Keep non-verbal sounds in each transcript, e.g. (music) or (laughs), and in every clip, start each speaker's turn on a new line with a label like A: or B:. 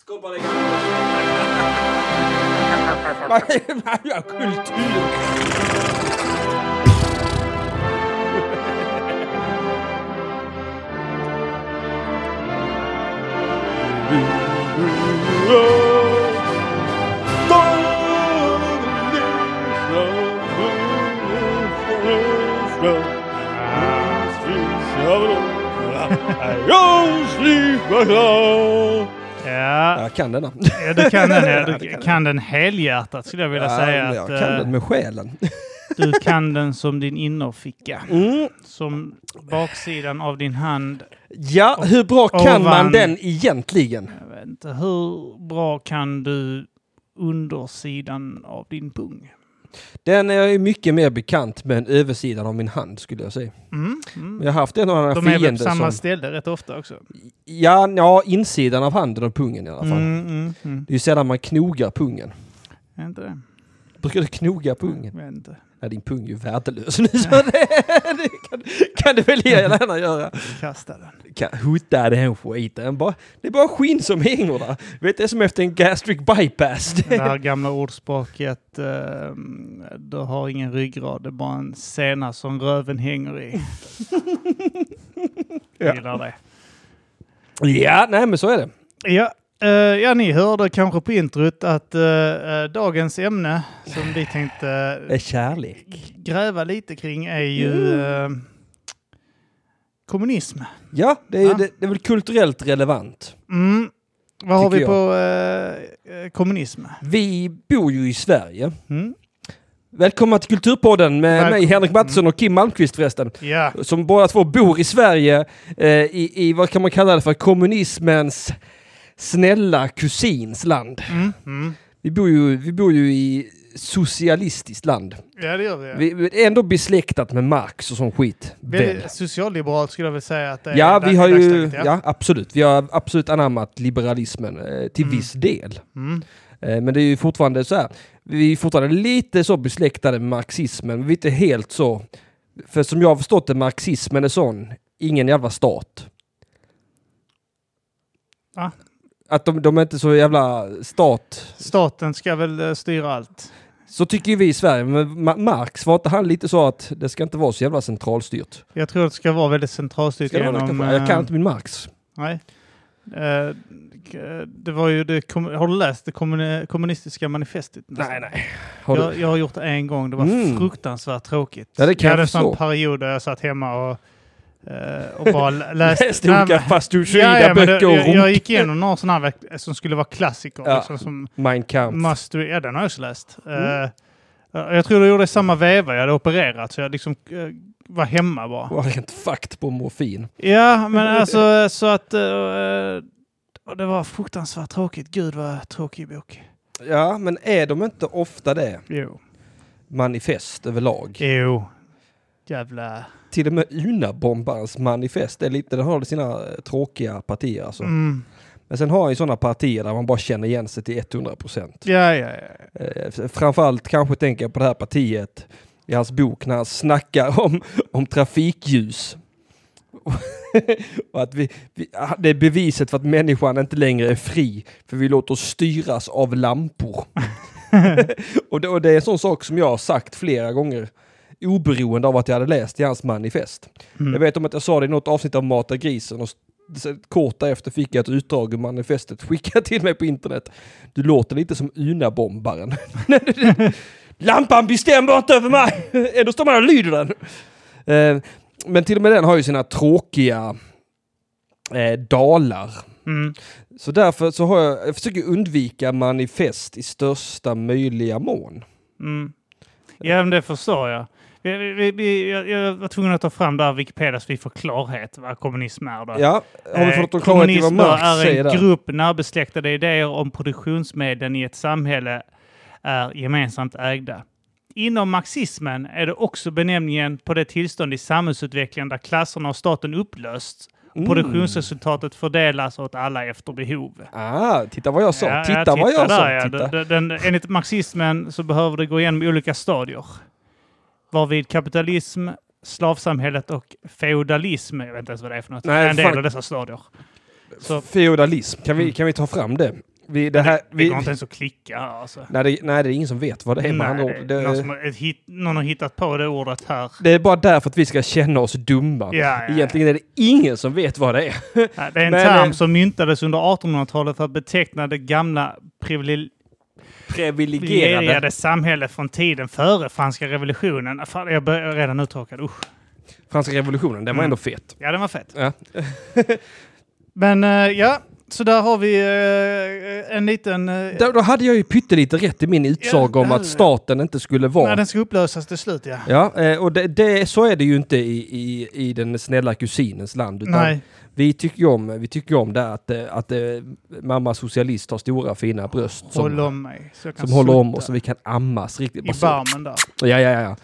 A: Skål på dig! grabbar.
B: Man, man gör kultur.
C: Ja,
B: Jag kan denna.
C: ja, du kan den, ja.
B: Ja, det
C: Du
B: kan
C: kan den helhjärtat skulle jag vilja säga.
B: jag
C: Att,
B: kan
C: eh,
B: den med själen. (laughs)
C: Du kan den som din innerficka.
B: Mm.
C: Som baksidan av din hand.
B: Ja, hur bra kan man
C: ovan-
B: den egentligen?
C: Jag vet inte, hur bra kan du undersidan av din pung?
B: Den är jag ju mycket mer bekant med än översidan av min hand skulle jag säga.
C: Mm.
B: Men
C: Mm.
B: Jag har haft en annan
C: De är väl på
B: fiende
C: samma
B: som...
C: ställe rätt ofta också.
B: Ja, ja, insidan av handen och pungen i alla fall.
C: Mm, mm, mm.
B: Det är ju sällan man knogar pungen.
C: Är inte det?
B: Brukar du knoga pungen?
C: Jag vet inte.
B: Nej, din pung är ju värdelös nu. Så (laughs) det, det kan, kan du väl gärna göra.
C: Kasta den.
B: Kan hota den skiten. Bara, det är bara skinn som hänger där. Vet, det är som efter en gastric bypass.
C: Det här gamla ordspråket. Eh, du har ingen ryggrad, det är bara en sena som röven hänger i.
B: Ja.
C: Gillar det.
B: Ja, nej men så är det.
C: Ja, eh, ja, ni hörde kanske på introt att eh, eh, dagens ämne som vi tänkte
B: Det är kärlek.
C: gräva lite kring är ju eh, kommunism.
B: Ja, det är, ju-
C: Ja.
B: Det, det är väl kulturellt relevant.
C: Mm. Vad har
B: Tycker
C: vi på eh, eh, kommunism?
B: Vi bor ju i Sverige.
C: Mm.
B: Välkomna till Kulturpodden med
C: Välkom-
B: mig Henrik Mattsson och Kim Malmqvist förresten.
C: Ja,
B: Som båda två bor i Sverige eh, i, i, vad kan man kalla det för, kommunismens snälla kusins land.
C: mm. Mm.
B: Vi bor ju, vi bor ju i socialistiskt land.
C: ja det gör vi.
B: Vi, vi är ändå besläktat med Marx och sån skit. Väl.
C: Väldigt socialliberalt skulle jag vilja säga att det är
B: Ja,
C: eh, i dag-
B: vi har ju,
C: i dagsläget, ja.
B: ja absolut, vi har absolut anammat liberalismen eh, till
C: Mm.
B: viss del.
C: Mm.
B: Eh, Men det är ju fortfarande så här, vi är fortfarande lite så besläktade med marxismen, men vi är inte helt så. För som jag har förstått det, marxismen är sån, ingen jävla stat.
C: Va?
B: Att de, de är inte så jävla stat.
C: Staten ska väl eh, styra allt.
B: Så tycker ju vi i Sverige, men Ma- Marx var inte han lite så att det ska inte vara så jävla centralstyrt?
C: Jag tror det ska vara väldigt centralstyrt
B: Ska det vara
C: genom...
B: något- jag
C: eh,
B: kan inte min Marx.
C: Nej. Eh, k- Det var ju det, kom- har du läst det kommuni- kommunistiska manifestet?
B: Nej, nej. Har du?
C: Jag, jag har gjort det en gång. Det var
B: Mm.
C: fruktansvärt tråkigt.
B: Ja, det kan
C: jag
B: jag
C: hade en sån
B: förstå.
C: period där jag satt hemma och, eh, och bara lä- läste.
B: (laughs) Läst
C: Nej,
B: olika
C: men-
B: fastigheterskilda
C: men det-
B: böcker och
C: jag, jag
B: ronk.
C: gick igenom några sådana här verk- som skulle vara klassiker.
B: Ja.
C: Liksom, som
B: Mein Kampf.
C: must read. Ja, den har jag också läst. Eh,
B: Mm.
C: jag tror jag gjorde det i samma veva. Jag hade opererat så jag liksom eh, var hemma bara.
B: Var helt fucked på morfin. (laughs)
C: Ja, men alltså så att... eh, och det var fruktansvärt tråkigt. Gud vad tråkig bok.
B: Ja, men är de inte ofta det?
C: Jo.
B: Manifest överlag.
C: Jo. Jävla...
B: Till och med Unabombarens manifest är lite, den har sina eh, tråkiga partier alltså.
C: Mm.
B: Men sen har han ju sådana partier där man bara känner igen sig till 100 procent.
C: Ja, ja, ja.
B: Eh, f- framförallt kanske tänker jag på det här partiet i hans bok när han snackar om, om trafikljus. och att vi, vi, ah, det är beviset för att människan inte längre är fri, för vi låter oss styras av lampor. och, det, och det är en sån sak som jag har sagt flera gånger, oberoende av att jag hade läst i hans manifest.
C: Mm.
B: Jag vet om att jag sa det i något avsnitt av Mata grisen och s- sen kort därefter fick jag ett utdrag ur manifestet skickat till mig på internet. Du låter lite som Unabombaren. (laughs) Lampan bestämmer inte över mig! (laughs) Ändå står man och lyder den. Eh, Men till och med den har ju sina tråkiga eh, dalar.
C: Mm.
B: Så därför så har jag, jag försöker undvika manifest i största möjliga mån.
C: Mm. Ja, men det förstår jag. Vi, vi, vi- vi, jag. Jag var tvungen att ta fram det här Wikipedia så vi får klarhet vad kommunism är. Då.
B: Ja, har vi
C: Eh,
B: fått någon klarhet i vad
C: kommunism
B: Marx
C: är
B: säger
C: en
B: där?
C: grupp närbesläktade idéer om produktionsmedlen i ett samhälle är gemensamt ägda. Inom marxismen är det också benämningen på det tillstånd i samhällsutvecklingen där klasserna och staten upplösts.
B: Mm.
C: Produktionsresultatet fördelas åt alla efter behov.
B: Ah, titta vad jag sa.
C: Ja,
B: titta
C: ja,
B: vad jag sa.
C: där, ja.
B: Titta.
C: Den, den, enligt marxismen så behöver det gå igenom olika stadier. Varvid kapitalism, slavsamhället och feodalism, jag vet inte ens vad det är för något,
B: Nej,
C: är en del
B: fan.
C: av dessa stadier. Så, Mm.
B: Feodalism, kan vi, kan vi ta fram det? Vi, det här,
C: Det
B: vi,
C: går inte ens att klicka här alltså.
B: nej, det, nej, det är ingen som vet vad det är med andra
C: Nej,
B: ord.
C: det är någon, som
B: Det,
C: har, ett hit, någon har hittat på det ordet här.
B: det är bara därför att vi ska känna oss dumma.
C: ja, ja.
B: Egentligen är det ingen som vet vad
C: (laughs)
B: det är.
C: Ja, Det är en
B: Men,
C: term
B: eh,
C: som myntades under 1800-talet för att beteckna det gamla privilegierade
B: Privilegierade.
C: samhället från tiden före franska revolutionen. Fan, jag börjar jag är redan uttråkad. Usch.
B: Franska revolutionen, den var
C: Mm.
B: ändå fet.
C: Ja, den var fett.
B: Ja.
C: (laughs) Men eh, ja, så där har vi eh, en liten... eh,
B: Då, då hade jag ju pyttelite rätt i min utsaga
C: Ja,
B: om
C: det hade
B: att
C: du.
B: staten inte skulle vara
C: när den ska upplösas till slut, ja.
B: Ja, eh, och det, det, så är det ju inte i, i, i den snälla kusinens land. Utan
C: Nej.
B: Vi tycker ju om, vi tycker ju om det att, eh, att eh, mamma socialist har stora fina bröst
C: Håll
B: som,
C: om mig. Så jag kan
B: som håller om
C: sutta
B: oss så vi kan ammas riktigt.
C: I
B: Bara så. Eh.
C: barmen där.
B: Ja, ja, ja, ja.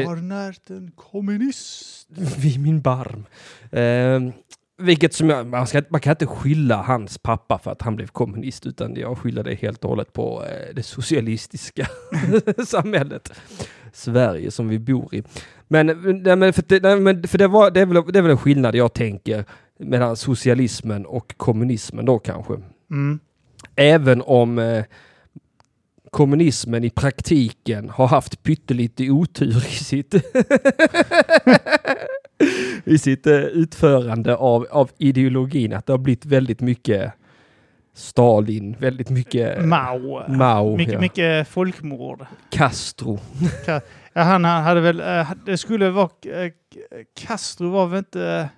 C: Jag har närt en kommunist.
B: (laughs) Vid min barm. Eh, vilket som jag, man, ska, man kan inte skylla hans pappa för att han blev kommunist utan jag skyller det helt och hållet på eh, det socialistiska (laughs) samhället. Sverige som vi bor i. Men, nej, men, för, det- nej, men för det, var, det, är väl, det är väl en skillnad jag tänker mellan socialismen och kommunismen då kanske.
C: Mm.
B: Även om eh, kommunismen i praktiken har haft pyttelite otur i sitt, (laughs) i sitt eh, utförande av, av ideologin. Att det har blivit väldigt mycket Stalin, väldigt mycket
C: Mao.
B: Mao,
C: mycket,
B: ja.
C: mycket folkmord.
B: Castro.
C: Ja, han hade väl, eh, det skulle vara, eh, Castro var väl inte,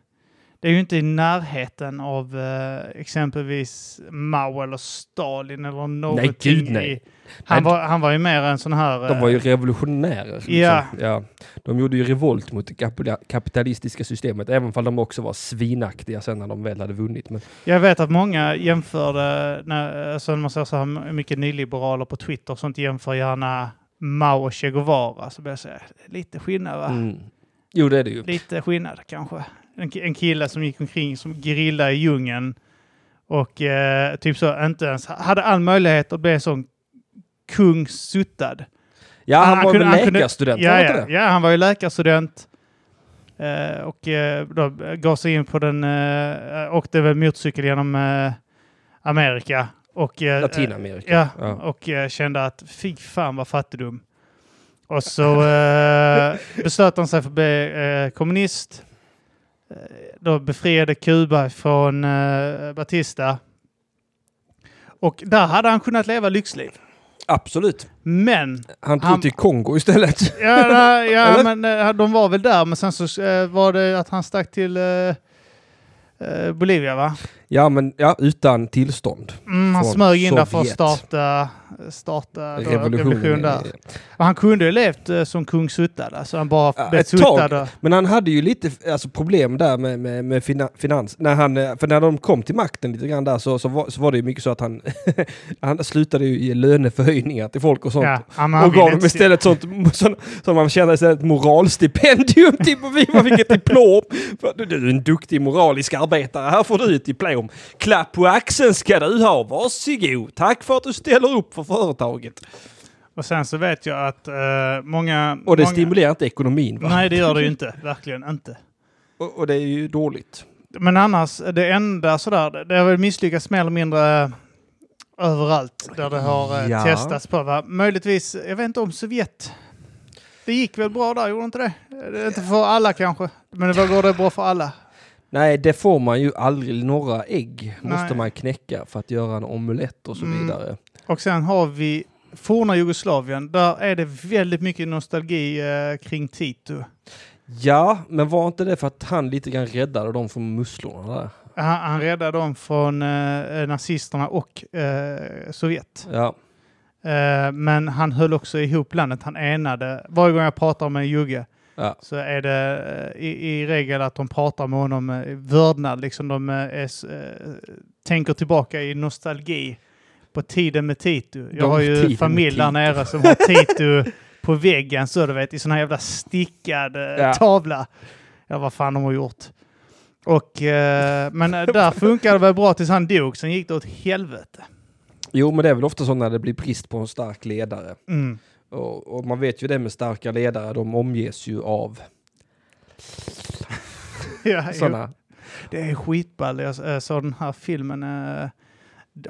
C: det är ju inte i närheten av eh, exempelvis Mao eller Stalin eller någonting.
B: gud, nej.
C: i- Han,
B: Nej,
C: var, han var ju mer en sån här... eh,
B: De var ju revolutionärer. Liksom.
C: Ja.
B: Ja. De gjorde ju revolt mot det kapula- kapitalistiska systemet, även om de också var svinaktiga sen när de väl hade vunnit. Men
C: Jag vet att många jämförde, när, alltså när man ser så här mycket nyliberaler på Twitter och sånt jämför gärna Mao och Che Guevara. Så blir jag säga, lite skillnad va?
B: Mm. Jo, det är det ju.
C: Lite skillnad kanske. En, ki- en kille som gick omkring som grilla i djungen och eh, typ så inte ens hade all möjlighet att bli en sån kung suttad.
B: Ja, han,
C: Ah, Han
B: var
C: kunde- han
B: väl
C: kunde-
B: läkarstudent, var
C: Ja,
B: han inte det?
C: ja, ja, han var ju läkarstudent. Eh, och eh, då gav sig in på den, eh, åkte väl motorcykel genom eh, Amerika. Och, eh,
B: Latinamerika.
C: Ja,
B: Ja.
C: och eh, kände att fy fan vad fattigdom. Och så eh, beslöt han sig för att bli eh, kommunist. Eh, Då befriade Kuba från eh, Batista. Och där hade han kunnat leva lyxliv.
B: Absolut.
C: Men
B: Han tog
C: Han-
B: till Kongo istället.
C: Ja, nej, ja
B: Eller?
C: men eh, de var väl där, men sen så eh, var det att han stack till eh, eh, Bolivia, va?
B: (laughs) Ja, men ja, utan tillstånd.
C: Mm, han
B: Från
C: smög in där för att
B: Sovjet.
C: starta, starta då,
B: Revolutionen.
C: revolution där. Och han kunde ju levt eh, som kung suttad, alltså han bara
B: Ja,
C: blev
B: ett tag.
C: suttad. och-
B: Men han hade ju lite alltså, problem där med, med, med fina, finans. När han, eh, för när de kom till makten lite grann där så, så, var, så var det ju mycket så att han, (laughs) han slutade ju ge löneförhöjningar till folk och sånt.
C: Ja, han,
B: Och gav dem
C: inte-
B: istället sånt (laughs) som, som man kände istället moralstipendium. Typ, och vi- man fick ett diplom. För Du, du är en duktig moralisk arbetare. Här får du ett diplom. Klapp på axeln ska du ha. Varsågod. Tack för att du ställer upp för företaget.
C: Och sen så vet jag att eh, många...
B: Och det
C: många,
B: stimulerar inte ekonomin. Va?
C: Nej, det gör det ju inte. Verkligen inte.
B: Och, och det är ju dåligt.
C: Men annars, det enda sådär, det- det har väl misslyckats mer eller mindre eh, överallt där det har eh,
B: Ja.
C: testats på. Va? Möjligtvis, jag vet inte om Sovjet. Det gick väl bra där, gjorde inte det? det är inte för alla kanske, men det går det bra för alla.
B: Nej, det får man ju aldrig. Några ägg måste
C: Nej.
B: man knäcka för att göra en omelett och så
C: Mm.
B: vidare.
C: Och sen har vi forna Jugoslavien. Där är det väldigt mycket nostalgi eh, kring Tito.
B: Ja, men var inte det för att han lite grann räddade dem från musslorna där?
C: Han, han räddade dem från eh, nazisterna och eh, Sovjet.
B: Ja.
C: Eh, men han höll också ihop landet. Han enade. Varje gång jag pratar med en jugge
B: Ja.
C: så är det eh, i, i regel att de pratar med honom eh, i vördnad. Liksom de eh, är, s- eh, tänker tillbaka i nostalgi på tiden med Tito. Jag
B: De
C: har
B: tiden
C: ju
B: med
C: familj där
B: Tito.
C: nere som har Tito på väggen så du vet, i sån här jävla stickad eh,
B: Ja.
C: tavla. Ja, vad fan de har gjort. Och, eh, men eh,
B: (laughs)
C: där funkade det väl bra tills han dog. Sen gick det åt helvete.
B: Jo, men det är väl ofta så när det blir brist på en stark ledare.
C: Mm. (laughs)
B: Och, och man vet ju det med starka ledare, de omges ju av
C: Ja, jo.
B: sådana.
C: Det är skitball. Jag eh, såg den här filmen eh,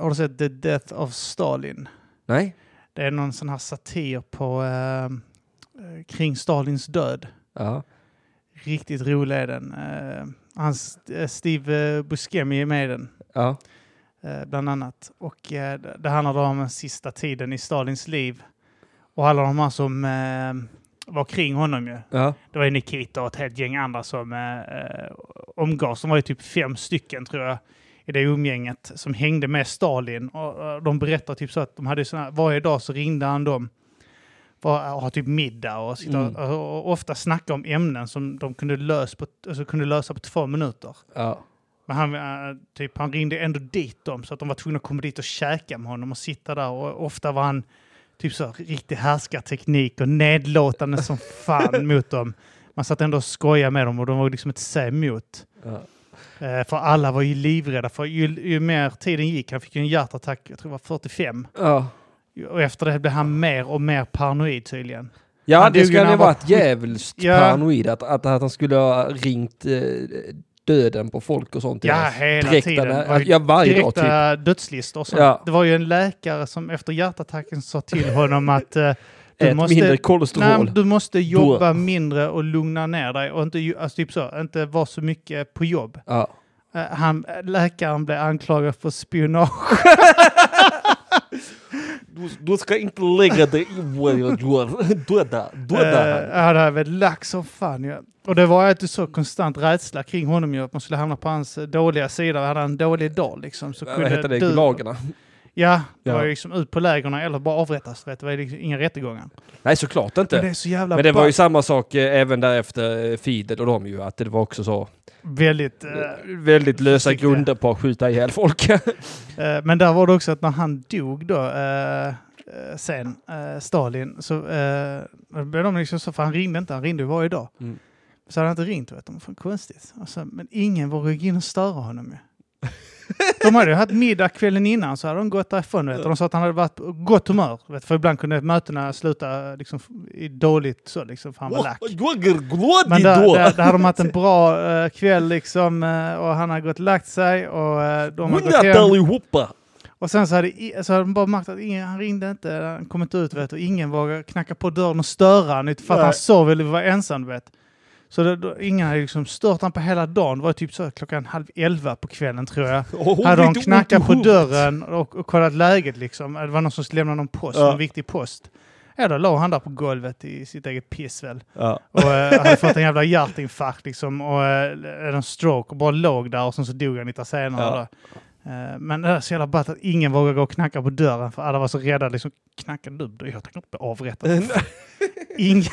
C: Har du sett The Death of Stalin?
B: Nej?
C: Det är någon sån här satir på eh, kring Stalins död.
B: Ja.
C: Riktigt rolig är den. Eh, hans, eh, Steve eh, Buscemi är med i den.
B: Ja.
C: eh, bland annat. Och eh, det det handlar då om den sista tiden i Stalins liv. Och alla de här som eh, var kring honom ju.
B: Ja.
C: Det var ju Nikita och ett helt gäng andra som eh, eh, omgavs. De var ju typ fem stycken tror jag i det umgänget som hängde med Stalin. Och, och de berättar typ så att de hade såna, varje dag så ringde han dem för att ha typ middag och, sitta,
B: Mm.
C: och, och ofta snacka om ämnen som de kunde, lös på, alltså kunde lösa på två minuter.
B: Ja.
C: Men han, eh, typ, han ringde ändå dit dem så att de var tvungna att komma dit och käka med honom och sitta där. Och ofta var han typ så här riktig härskarteknik och nedlåtande som fan mot dem. Man satt ändå och skojade med dem och de var liksom inte sig emot.
B: Ja.
C: Eh, för alla var ju livrädda. För ju, ju mer tiden gick, han fick ju en hjärtattack, jag tror det var 45.
B: Ja.
C: Och efter det blev han mer och mer paranoid tydligen.
B: Ja,
C: Han
B: det
C: dog ju
B: skulle
C: när
B: ha
C: han var
B: varit djävulskt
C: Ja.
B: paranoid att, att, att han skulle ha ringt eh, döden på folk och sånt. i
C: Ja,
B: hans-
C: hela
B: direkt
C: tiden.
B: där-
C: Det var ju
B: ja, varje dag typ.
C: direkta dödslistor. och sånt.
B: Ja.
C: Det var ju en läkare som efter hjärtattacken
B: (laughs)
C: sa till honom att eh,
B: Ät
C: du,
B: mindre
C: måste, nej,
B: kolesterol.
C: du måste jobba
B: Då-
C: mindre och lugna ner dig och inte, ju- alltså, typ så, inte vara så mycket på jobb.
B: Ja.
C: Eh, han, läkaren blev anklagad för spionage.
B: Du, du ska inte lägga dig i vad jag gör. (laughs) Döda,
C: Eh, ja, det här var lax som fan ja. Och det var ju alltid så konstant rädsla kring honom ju, att man skulle hamna på hans eh, dåliga sida. Hade han en dålig dag liksom så
B: Vad
C: kunde
B: heter det?
C: du-
B: Gulagerna?
C: Ja, det
B: Ja.
C: var ju liksom ut på lägren eller bara avrättas. Vet du. Det var ju liksom inga rättegångar.
B: Nej, såklart inte. Men
C: Men det
B: det,
C: är så jävla
B: var ju
C: ballt.
B: samma sak eh, även därefter eh, Fidel och dem ju. Att det var också så
C: väldigt... eh,
B: eh, väldigt lösa
C: försiktiga.
B: grunder på att skjuta ihjäl (laughs) folk.
C: eh, men där var det också att när han dog då, eh, eh, sen, eh, Stalin, så eh, då blev de liksom så, för han ringde inte, han ringde ju varje dag.
B: Mm.
C: Så hade han inte ringt, vet de, fan konstigt. Alltså, men ingen vågade gå in och störa honom ju. De hade ju haft middag kvällen innan så hade de gått därifrån. Vet, du. och de sa att han hade varit på gott humör. Vet, du, för ibland kunde mötena sluta liksom, i dåligt så, liksom, för han var lack. Men där, där, där har de haft en bra eh, kväll liksom eh, och han har gått och lagt sig och eh, de har gått hem.
B: allihopa!
C: Och sen så hade, i- så hade de bara märkt att ingen, han ringde inte, han kom inte ut vet du, och ingen vågade knacka på dörren och störa han för att
B: Nej.
C: han sov eller var ensam du vet. Så det, då, ingen hade liksom stört han på hela dagen. Det var typ så klockan halv elva på kvällen tror jag. Hade de knackat på dörren och, och kollat läget liksom. Det var någon som lämnade någon post,
B: Ja.
C: en viktig post. Ja, då låg han där på golvet i sitt eget piss väl.
B: Ja.
C: Och eh, hade fått en jävla hjärtinfarkt liksom och eh, en stroke och bara låg där och sen så dog han lite senare.
B: Ja.
C: Då. Eh, men det är så jävla ballt att ingen vågar gå och knacka på dörren för alla var så rädda. Liksom, knacka du? då? Jag tänker inte bli avrättad.
B: (laughs)
C: Ingen...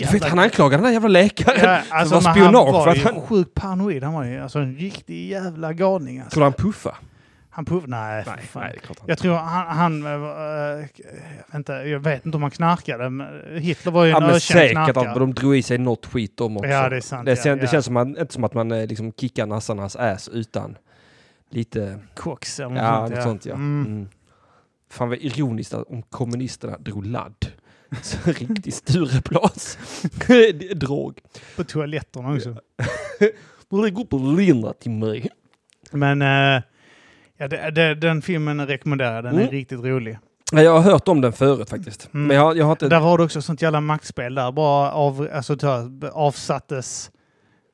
B: Jag vet, han anklagade den där jävla läkaren.
C: Ja, alltså,
B: var
C: men
B: spionage
C: Han var
B: för att
C: ju
B: han-
C: sjukt paranoid. Han var ju alltså, en riktig jävla galning. Alltså.
B: Skulle han puffa?
C: Han puff... Nej, för fan.
B: det är klart han
C: Jag tror han... han eh, var, eh, vänta, jag vet inte om han knarkade. Men Hitler var ju
B: Ja
C: en
B: men
C: ökänd
B: säkert, att
C: knarkare.
B: de drog i sig något skit om också.
C: Ja, det är sant.
B: Det,
C: ja,
B: sen, det
C: ja.
B: känns som man, inte som att man eh, liksom kickar nassarnas ass utan lite...
C: Mm. Koks eller något
B: Ja,
C: sånt.
B: något sånt ja.
C: Mm.
B: Mm. Fan vad ironiskt att om kommunisterna drog ladd. (laughs) Så Riktig (laughs) Stureplas. Drog.
C: På toaletterna också.
B: Borde gå på linda till mig.
C: Men eh, ja, det, det, den filmen rekommenderar jag. Den är
B: Mm.
C: riktigt rolig.
B: Nej, Jag har hört om den förut faktiskt.
C: Mm.
B: Men jag, jag har inte...
C: Där var det också sånt jävla maktspel där. Bara av, alltså, där, avsattes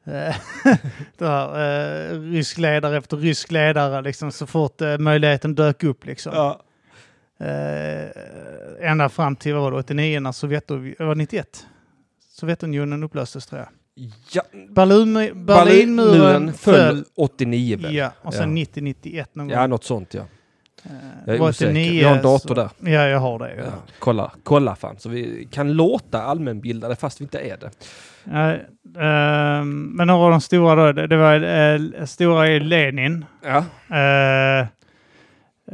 C: eh, (laughs) där, eh, rysk ledare efter rysk ledare liksom, så fort eh, möjligheten dök upp. Liksom.
B: Ja.
C: Eh, ända fram till vad var det, 89 när Sovjetunionen... Var det 91? Sovjetunionen upplöstes tror jag.
B: Ja.
C: Berlin,
B: Berlinmuren
C: Berlinmuren
B: föll 89 väl? Ja.
C: Ja, och sen
B: Ja.
C: 90-91 någon gång.
B: något sånt ja.
C: Eh,
B: Jag är
C: var
B: osäker.
C: 89,
B: Jag har en dator
C: så-
B: där.
C: Ja, jag har det.
B: ja.
C: Ja.
B: Kolla, kolla fan. Så vi kan låta allmänbildade fast vi inte är det.
C: Nej, ehm, men några av de stora då, det, det var eh, stora är Lenin,
B: Ja.
C: eh, eh,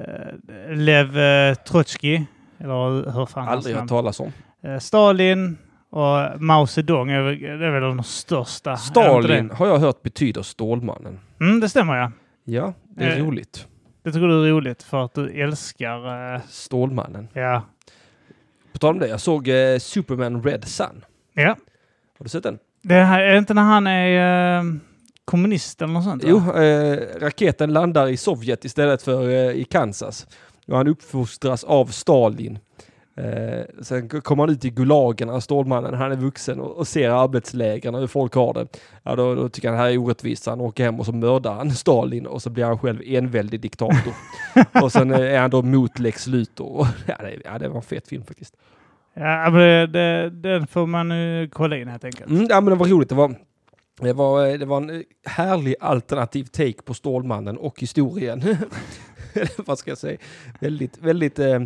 C: Lev eh, Trotskij, eller hur fan hans
B: Aldrig
C: namn.
B: hört talas om.
C: Eh, Stalin och Mao Zedong, är, väl- det är väl de största. är det inte
B: Stalin har jag hört betyder Stålmannen.
C: Det? Mm, det stämmer ja.
B: Ja, det är
C: Eh.
B: roligt.
C: Det tycker du är roligt för att du älskar, eh,
B: Stålmannen.
C: ja.
B: På tal om det, jag såg eh, Superman Red Sun.
C: ja.
B: Har du sett den?
C: Det här, är det inte när han är eh, kommunist eller något sånt? va?
B: Jo, eh, raketen landar i Sovjet istället för eh, i Kansas. Och han uppfostras av Stalin. Eh, sen k- kommer han ut i Gulagen, här Stålmannen, han är vuxen och, och ser arbetslägren och hur folk har det. Ja, då, då tycker han det här är orättvist, så han åker hem och så mördar han Stalin och så blir han själv enväldig
C: (laughs)
B: diktator. och sen eh, är han då mot Lex Luthor. (laughs) ja, det, ja, det var en fet film faktiskt.
C: Ja, men det, det, den får man nu kolla in helt enkelt.
B: Mm, ja, men det var roligt. Det var, det, var, eh, det var en härlig alternativ take på Stålmannen och historien. (laughs) Eller Vad ska jag säga? Väldigt, väldigt eh,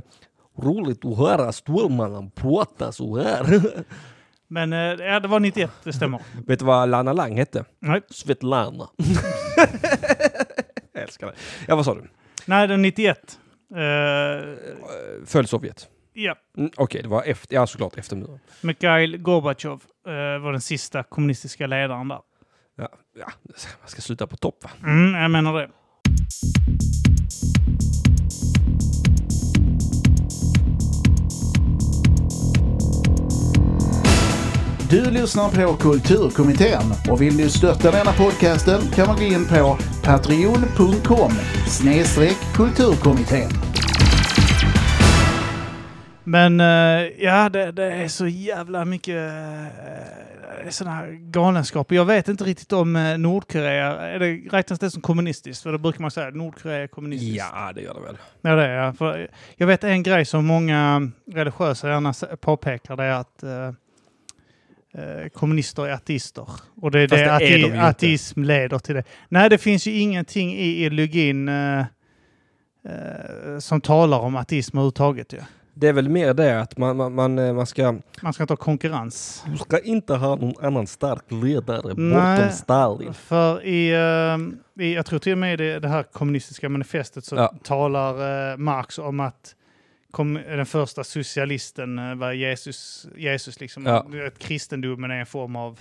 B: roligt att höra Stålmannen prata så här. (laughs)
C: Men eh, ja, det var 91, det stämmer.
B: Vet du vad Lana Lang hette?
C: Nej,
B: Svetlana. (laughs) jag älskar det. Ja, vad sa du?
C: nej det var 91. Eh,
B: Eh, Föll Sovjet?
C: ja,
B: Mm, Okej, det var efter, ja såklart efter muren.
C: Mikhail Gorbachev eh, var den sista kommunistiska ledaren där.
B: Ja, ja, man ska sluta på topp va?
C: Mm, jag menar det.
A: Du lyssnar på Kulturkommittén och vill du stötta denna podcasten kan man gå in på patreon.com snedstreck kulturkommittén.
C: Men eh, ja, det, det är så jävla mycket eh, sådana här galenskaper. Jag vet inte riktigt om eh, Nordkorea. Är det, räknas det som kommunistiskt? För då brukar man säga Nordkorea är kommunistiskt.
B: Ja, det gör det väl.
C: Ja, det är, jag. för jag vet en grej som många religiösa gärna s- påpekar, det är att eh, eh, kommunister är ateister. Och det är
B: Fast
C: det,
B: det är de ju
C: ate-
B: inte.
C: ateism leder till det. Nej, det finns ju ingenting i ideologin eh, eh, som talar om ateism överhuvudtaget. Ja.
B: Det är väl mer det att man, man, man, eh, man ska...
C: Man ska inte ha konkurrens.
B: Du ska inte ha någon annan stark ledare
C: Nej.
B: bortom Stalin.
C: För i, eh, i, jag tror till och med i det, det här kommunistiska manifestet så
B: Ja.
C: talar eh, Marx om att kom, den första socialisten eh, var Jesus. Jesus liksom,
B: Ja.
C: att kristendomen är en form av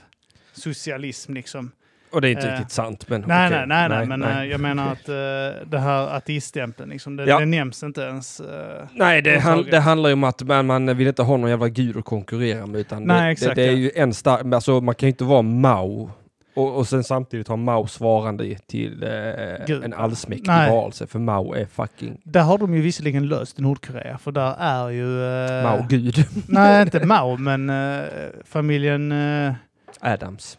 C: socialism liksom.
B: Och det är inte
C: Eh.
B: riktigt sant, men
C: Nej,
B: okej.
C: nej, nej, nej, men eh, jag menar att eh, det här ateiststämpeln liksom, det,
B: Ja.
C: det nämns inte ens. eh,
B: Nej, det, han,
C: överhuvudtaget.
B: det handlar ju om att man, man vill inte ha någon jävla gud att konkurrera med. Utan
C: Nej,
B: det,
C: exakt,
B: det, det är
C: ja.
B: ju en stark... Alltså, man kan ju inte vara Mao och, och sen samtidigt ha Mao svarande i- till eh,
C: Gud.
B: en allsmäktig
C: Nej.
B: varelse, för Mao är fucking
C: där har de ju visserligen löst i Nordkorea, för där är ju... eh,
B: Mao-gud.
C: (laughs) Nej, inte Mao, men eh, familjen... eh,
B: (laughs) Adams.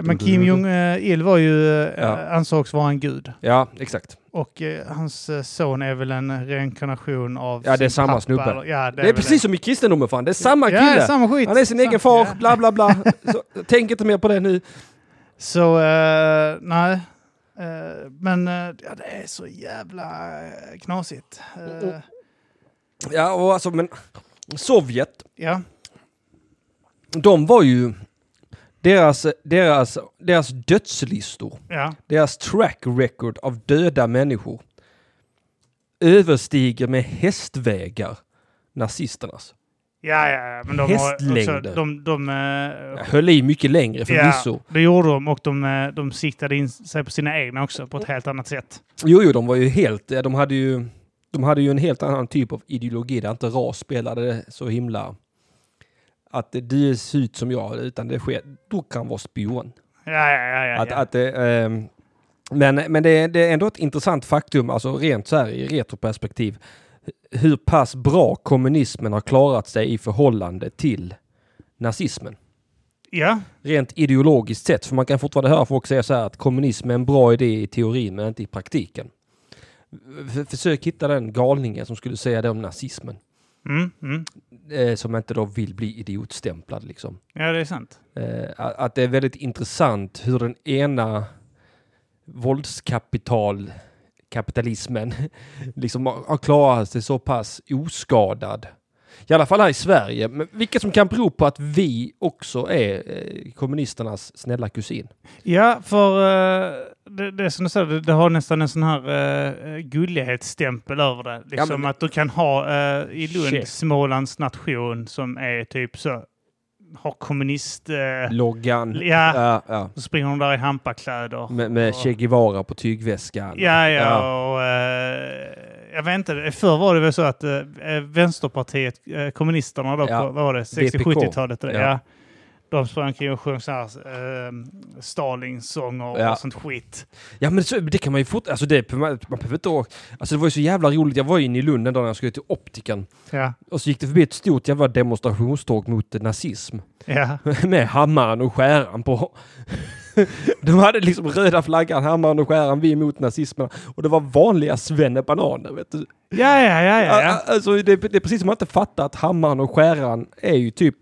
C: Ja, men Kim Jong-Il var ju, eh,
B: Ja.
C: ansågs vara en gud.
B: Ja, exakt.
C: Och eh, hans eh, son är väl en reinkarnation av
B: Ja, det är
C: sin
B: samma
C: pappa,
B: snubbe.
C: eller- Ja,
B: Det
C: det
B: är, precis som i kristendomen, fan. Det är samma
C: Ja,
B: kille.
C: det är samma skit.
B: han är sin egen
C: Sam-
B: far, bla
C: ja.
B: bla
C: (laughs)
B: bla. Så, tänk inte mer på det nu.
C: Så, eh, nej. Eh, men eh, ja, det är så jävla eh, knasigt. Eh,
B: Mm. Ja, och alltså, men Sovjet,
C: ja,
B: de var ju... Deras, deras, deras dödslistor,
C: ja.
B: deras track record av döda människor överstiger med hästvägar nazisternas.
C: Ja, ja, ja, men de
B: Hästlängder.
C: har också, de, de, eh,
B: Jag höll i mycket längre förvisso.
C: ja, det gjorde de och de, eh, de siktade in sig på sina egna också på ett helt annat sätt.
B: Jo, jo, de var ju helt... eh, De hade ju, de hade ju en helt annan typ av ideologi där inte ras spelade så himla... Att eh, du ser ut som jag, utan det sker... Du kan vara spion.
C: Ja, ja, ja. ja,
B: Att,
C: ja.
B: att, det, ehm, men men det, är- det är ändå ett intressant faktum, alltså rent så här i retroperspektiv, hur pass bra kommunismen har klarat sig i förhållande till nazismen.
C: ja.
B: Rent ideologiskt sett, för man kan fortfarande höra folk säga så här att kommunism är en bra idé i teorin men inte i praktiken. F- försök hitta den galningen som skulle säga det om nazismen,
C: Mm, mm.
B: eh, som inte då vill bli idiotstämplad liksom.
C: ja, det är sant.
B: Eh, a- att det är väldigt intressant hur den ena våldskapital kapitalismen (laughs) liksom har har klarat sig så pass oskadad. I alla fall här i Sverige, men vilket som kan bero på att vi också är eh, kommunisternas snälla kusin.
C: Ja, för eh, det, det är som du säger, det, det har nästan en sån här eh, gullighetsstämpel över det. Liksom
B: men-
C: att du kan ha eh, i Lund
B: Shit.
C: Smålands nation som är typ så, har kommunist... eh,
B: Loggan.
C: ja,
B: Ja, Mm. ja.
C: så springer de där i hampakläder.
B: Med, med Che Guevara på tygväskan.
C: Ja, ja,
B: Ja.
C: och eh, jag vet inte. Förr var det väl så att eh, Vänsterpartiet, eh, kommunisterna då,
B: Ja.
C: på, vad var det,
B: VPK.
C: 60-70-talet? Ja.
B: Ja.
C: De sprang omkring och sjöng så här, eh, Stalin-sånger
B: Ja.
C: och sånt skit.
B: Ja men så, det kan man ju fort... Alltså det, man behöver inte åka... Alltså det var ju så jävla roligt. Jag var ju inne i Lund den dagen jag skulle till optiken.
C: Ja,
B: Och så gick det förbi ett stort jävla demonstrationståg mot eh, nazism. (laughs)
C: ja,
B: Med hammaren och skäran på. (laughs) De hade liksom röda flaggan, hammaren och skäran, vi emot nazismen. Och det var vanliga svennebananer, vet du.
C: ja, ja, ja. ja,
B: A-
C: ja.
B: (laughs) a- Alltså, det, det är precis som man inte fattar att hammaren och skäran är ju typ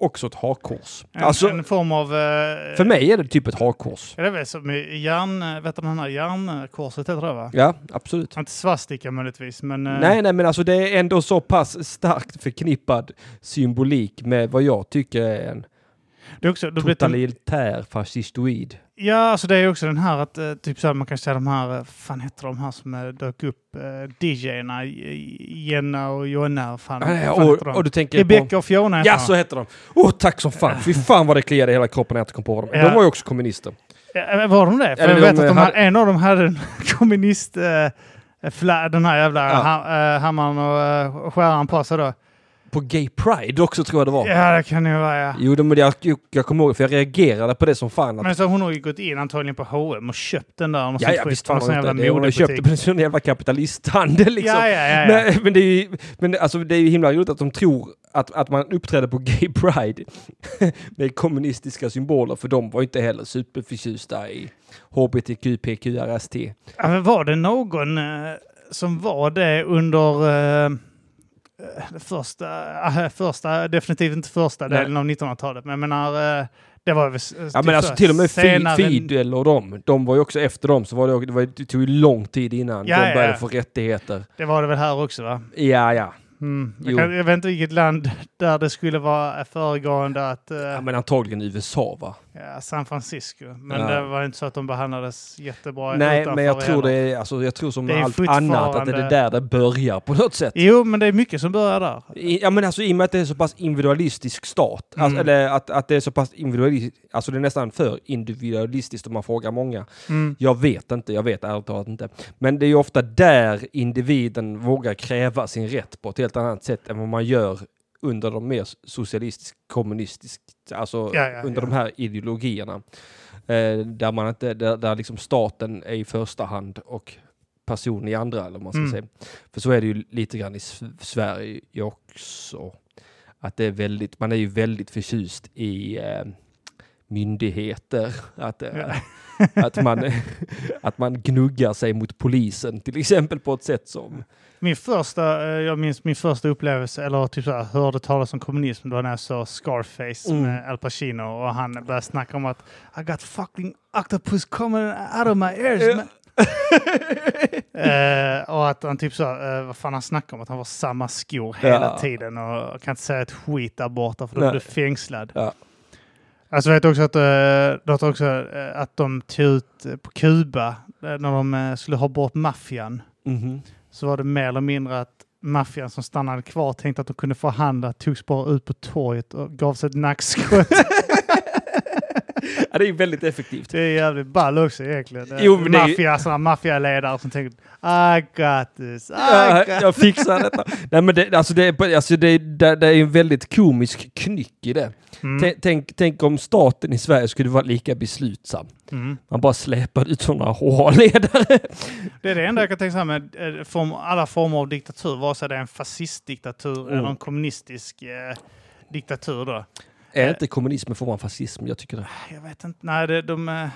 B: också ett hakkors.
C: En,
B: alltså,
C: en form av... eh,
B: för mig är det typ ett hakkors.
C: Ja, det är väl som i järn... Vet du vad den här järnkorset heter det, va?
B: Ja, absolut.
C: Inte svastika möjligtvis, men... eh,
B: Nej, nej, men alltså det är ändå så pass starkt förknippad symbolik med vad jag tycker är en
C: det är också, det har blivit en,
B: totalitär fascistoid.
C: ja, alltså det är också den här att eh, typ så här, man kan säga de här, eh, fan heter de här som eh, dök upp, eh, DJ'erna, J- Jenna och Jonna, fan,
B: Nej,
C: fan
B: och,
C: heter de?
B: och du tänker på...
C: Rebecca och Fiona heter
B: Ja,
C: de.
B: så heter de. Åh, tack som fan. Fy fan vad det kliade i hela kroppen när jag inte kom på dem.
C: Ja.
B: De var ju också kommunister.
C: Ja, eh, Var de det? För
B: Eller
C: jag
B: de
C: vet att de
B: hade-
C: hade, en av dem hade en (laughs) kommunist... Eh, fla, den här jävla
B: Ja.
C: ha, eh, hammaren och eh, skäran på sig då.
B: På Gay Pride också tror jag det var.
C: Ja, det kan ju vara ja.
B: Jo, de, jag, jag, jag kommer ihåg, för jag reagerade på det som fan. Att,
C: Men Alltså, så har hon nog gått in antagligen på H&M och köpt den där.
B: ja, ja, visst fan
C: har
B: har inte det. Hon har köpt det på en sån jävla kapitalisthandel liksom.
C: Ja, ja, ja. ja.
B: Men, men, det är ju, men det- alltså, det är ju himla roligt att de tror att, att man uppträder på Gay Pride (laughs) med kommunistiska symboler, för de var ju inte heller superförtjusta i HBTQPQRST.
C: Ja, men var det någon eh, som var det under eh, det första, eh, första, definitivt inte första
B: Nej.
C: delen av 1900-talet, men jag menar, eh, det var väl... s-
B: Ja
C: typ
B: men
C: så
B: alltså
C: här
B: till och med Fi-
C: senare-
B: Fidel och dem, de var ju också efter dem så var det, det, var, det tog ju lång tid innan
C: Ja,
B: de började
C: ja.
B: få rättigheter.
C: Det var det väl här också va?
B: Ja, ja.
C: Mm. Jag,
B: Jo.
C: kan, jag vet inte vilket land där det skulle vara föregående att... eh,
B: ja men antagligen USA va?
C: ja, San Francisco. Men
B: Ja.
C: det var inte så att de behandlades jättebra
B: Nej
C: utanför
B: men jag tror det
C: heller.
B: är, alltså, jag tror som
C: Det är
B: allt annat att det är
C: fortfarande-
B: där det börjar på något sätt.
C: Jo, men det är mycket som börjar där.
B: I- Ja men alltså i och med att det är så pass individualistisk stat, alltså,
C: Mm.
B: eller att, att det är så pass individualistiskt, alltså det är nästan för individualistiskt om man frågar många.
C: Mm.
B: Jag vet inte, jag vet ärligt talat inte. Men det är ju ofta där individen vågar kräva sin rätt på ett helt annat sätt än vad man gör under de mer socialistisk, kommunistisk, alltså
C: Ja, ja,
B: under
C: ja.
B: de här ideologierna. Eh, där man inte, där, där liksom staten är i första hand och person i andra, eller vad man ska
C: Mm.
B: säga. För så är det ju lite grann i S- Sverige också. Att det är väldigt, man är ju väldigt förtjust i eh, myndigheter. (laughs) Att, eh,
C: Ja.
B: att, man, (laughs) att man gnuggar sig mot polisen till exempel på ett sätt som...
C: Min första, eh, jag minns min första upplevelse, eller typ så här, hörde talas om kommunism, det var när jag såg Scarface
B: Mm.
C: med Al Pacino och han började snacka om att I got fucking octopus coming out of my ears. man." (laughs) Eh, och att han typ så, här, eh, vad fan han snackade om, att han var samma skor hela
B: Ja.
C: tiden och jag kan inte säga ett skit där borta för då
B: Nej.
C: blir du fängslad.
B: Ja.
C: Alltså jag vet också att, eh, det var också, eh, att de tog ut eh, på Kuba, eh, när de eh, skulle ha bort maffian,
B: Mhm.
C: så var det mer eller mindre att maffian som stannade kvar tänkte att de kunde förhandla, togs bara ut på torget och gav sig ett nackskott.
B: Ja, det är ju väldigt effektivt.
C: det är jävligt ball också egentligen.
B: Jo, men det är ju-
C: Maffia, sådana här maffialedare som tänkte I got this, I
B: Ja,
C: got
B: jag fixar detta. Nej, men det, alltså det, är- alltså det, är- det, det är en väldigt komisk knyck i det.
C: Mm,
B: T- Tänk, tänk om staten i Sverige skulle vara lika beslutsam.
C: mm.
B: Man bara släpar ut sådana HA-ledare.
C: Det är det enda jag kan tänka så här med eh, form, alla former av diktatur, vare sig det är en fascistdiktatur
B: Mm.
C: eller en kommunistisk eh, diktatur. Då.
B: Är inte kommunism en form av fascism? Jag tycker det.
C: Jag vet inte, nej det, de, eh,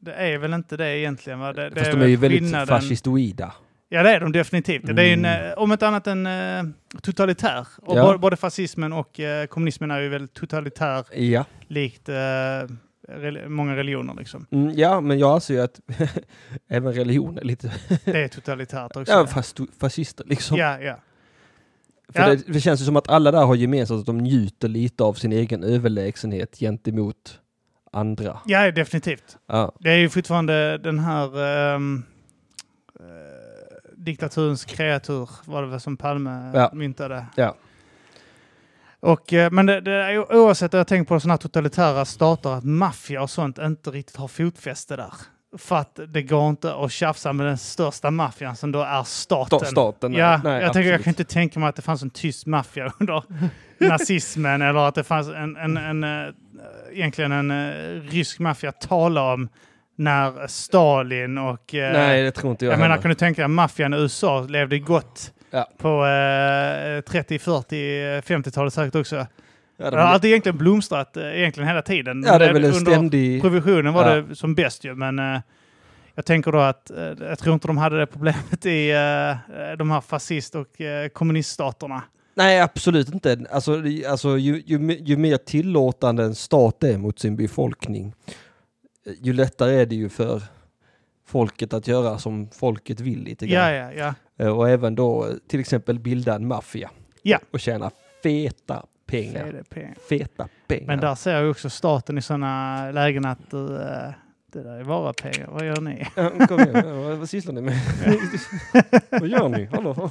C: det är väl inte det egentligen. Va? Det, det
B: Fast de
C: väl
B: är ju väldigt
C: skillnaden-
B: fascistoida.
C: Ja, det är de definitivt. Det är ju en,
B: Mm.
C: eh, om inte annat en eh, totalitär. Och
B: Ja.
C: både, både fascismen och eh, kommunismen är ju väldigt totalitär,
B: Ja.
C: likt eh, rel- många religioner. Liksom.
B: Mm, ja, men jag anser ju att (laughs) även religion är lite
C: Det är totalitärt också.
B: ja, fast, fascister liksom.
C: ja, ja.
B: För
C: Ja.
B: Det, det känns ju som att alla där har gemensamt att de njuter lite av sin egen överlägsenhet gentemot andra.
C: ja, definitivt.
B: Ja.
C: Det är ju fortfarande den här ehm, eh, diktaturens kreatur, var det väl som Palme
B: Ja.
C: myntade.
B: Ja.
C: Och, eh, men det, det, är ju- oavsett, jag har tänkt på sådana här totalitära stater, att maffia och sånt inte riktigt har fotfäste där. För att det går inte att tjafsa med den största maffian som då är staten.
B: Sta- staten, nej.
C: ja,
B: Nej,
C: jag, tänker, jag
B: absolut.
C: kan inte tänka mig att det fanns en tyst maffia (laughs) under nazismen eller att det fanns en, en, en, eh, egentligen en eh, rysk maffia att tala om när Stalin och... eh,
B: Nej, det tror inte jag,
C: jag menar,
B: heller.
C: kan du tänka dig att maffian i USA levde gott
B: Ja.
C: på eh, 30, 40, eh, 50-talet säkert också.
B: Ja, det
C: Det har
B: var-
C: alltid egentligen blomstrat eh, egentligen hela tiden.
B: Ja, det är väl en
C: Under
B: ständig...
C: Provisionen var
B: Ja.
C: det som bäst ju, men eh, jag tänker då att eh, jag tror inte de hade det problemet i eh, de här fascist och eh, kommuniststaterna.
B: Nej, absolut inte. Alltså, det- alltså ju, ju, me- ju mer tillåtande en stat är mot sin befolkning, eh, ju lättare är det ju för folket att göra som folket vill lite grann.
C: Ja, ja, ja.
B: Eh, Och även då eh, till exempel bilda en maffia.
C: Ja.
B: Och tjäna feta pengar.
C: CDP.
B: Feta pengar.
C: Men där ser ju också staten i sådana lägen att du, eh, det där är bara pengar, vad gör ni?
B: Ja, Kom igen,
C: (laughs)
B: vad, vad sysslar ni med? vad gör ni? Hallå?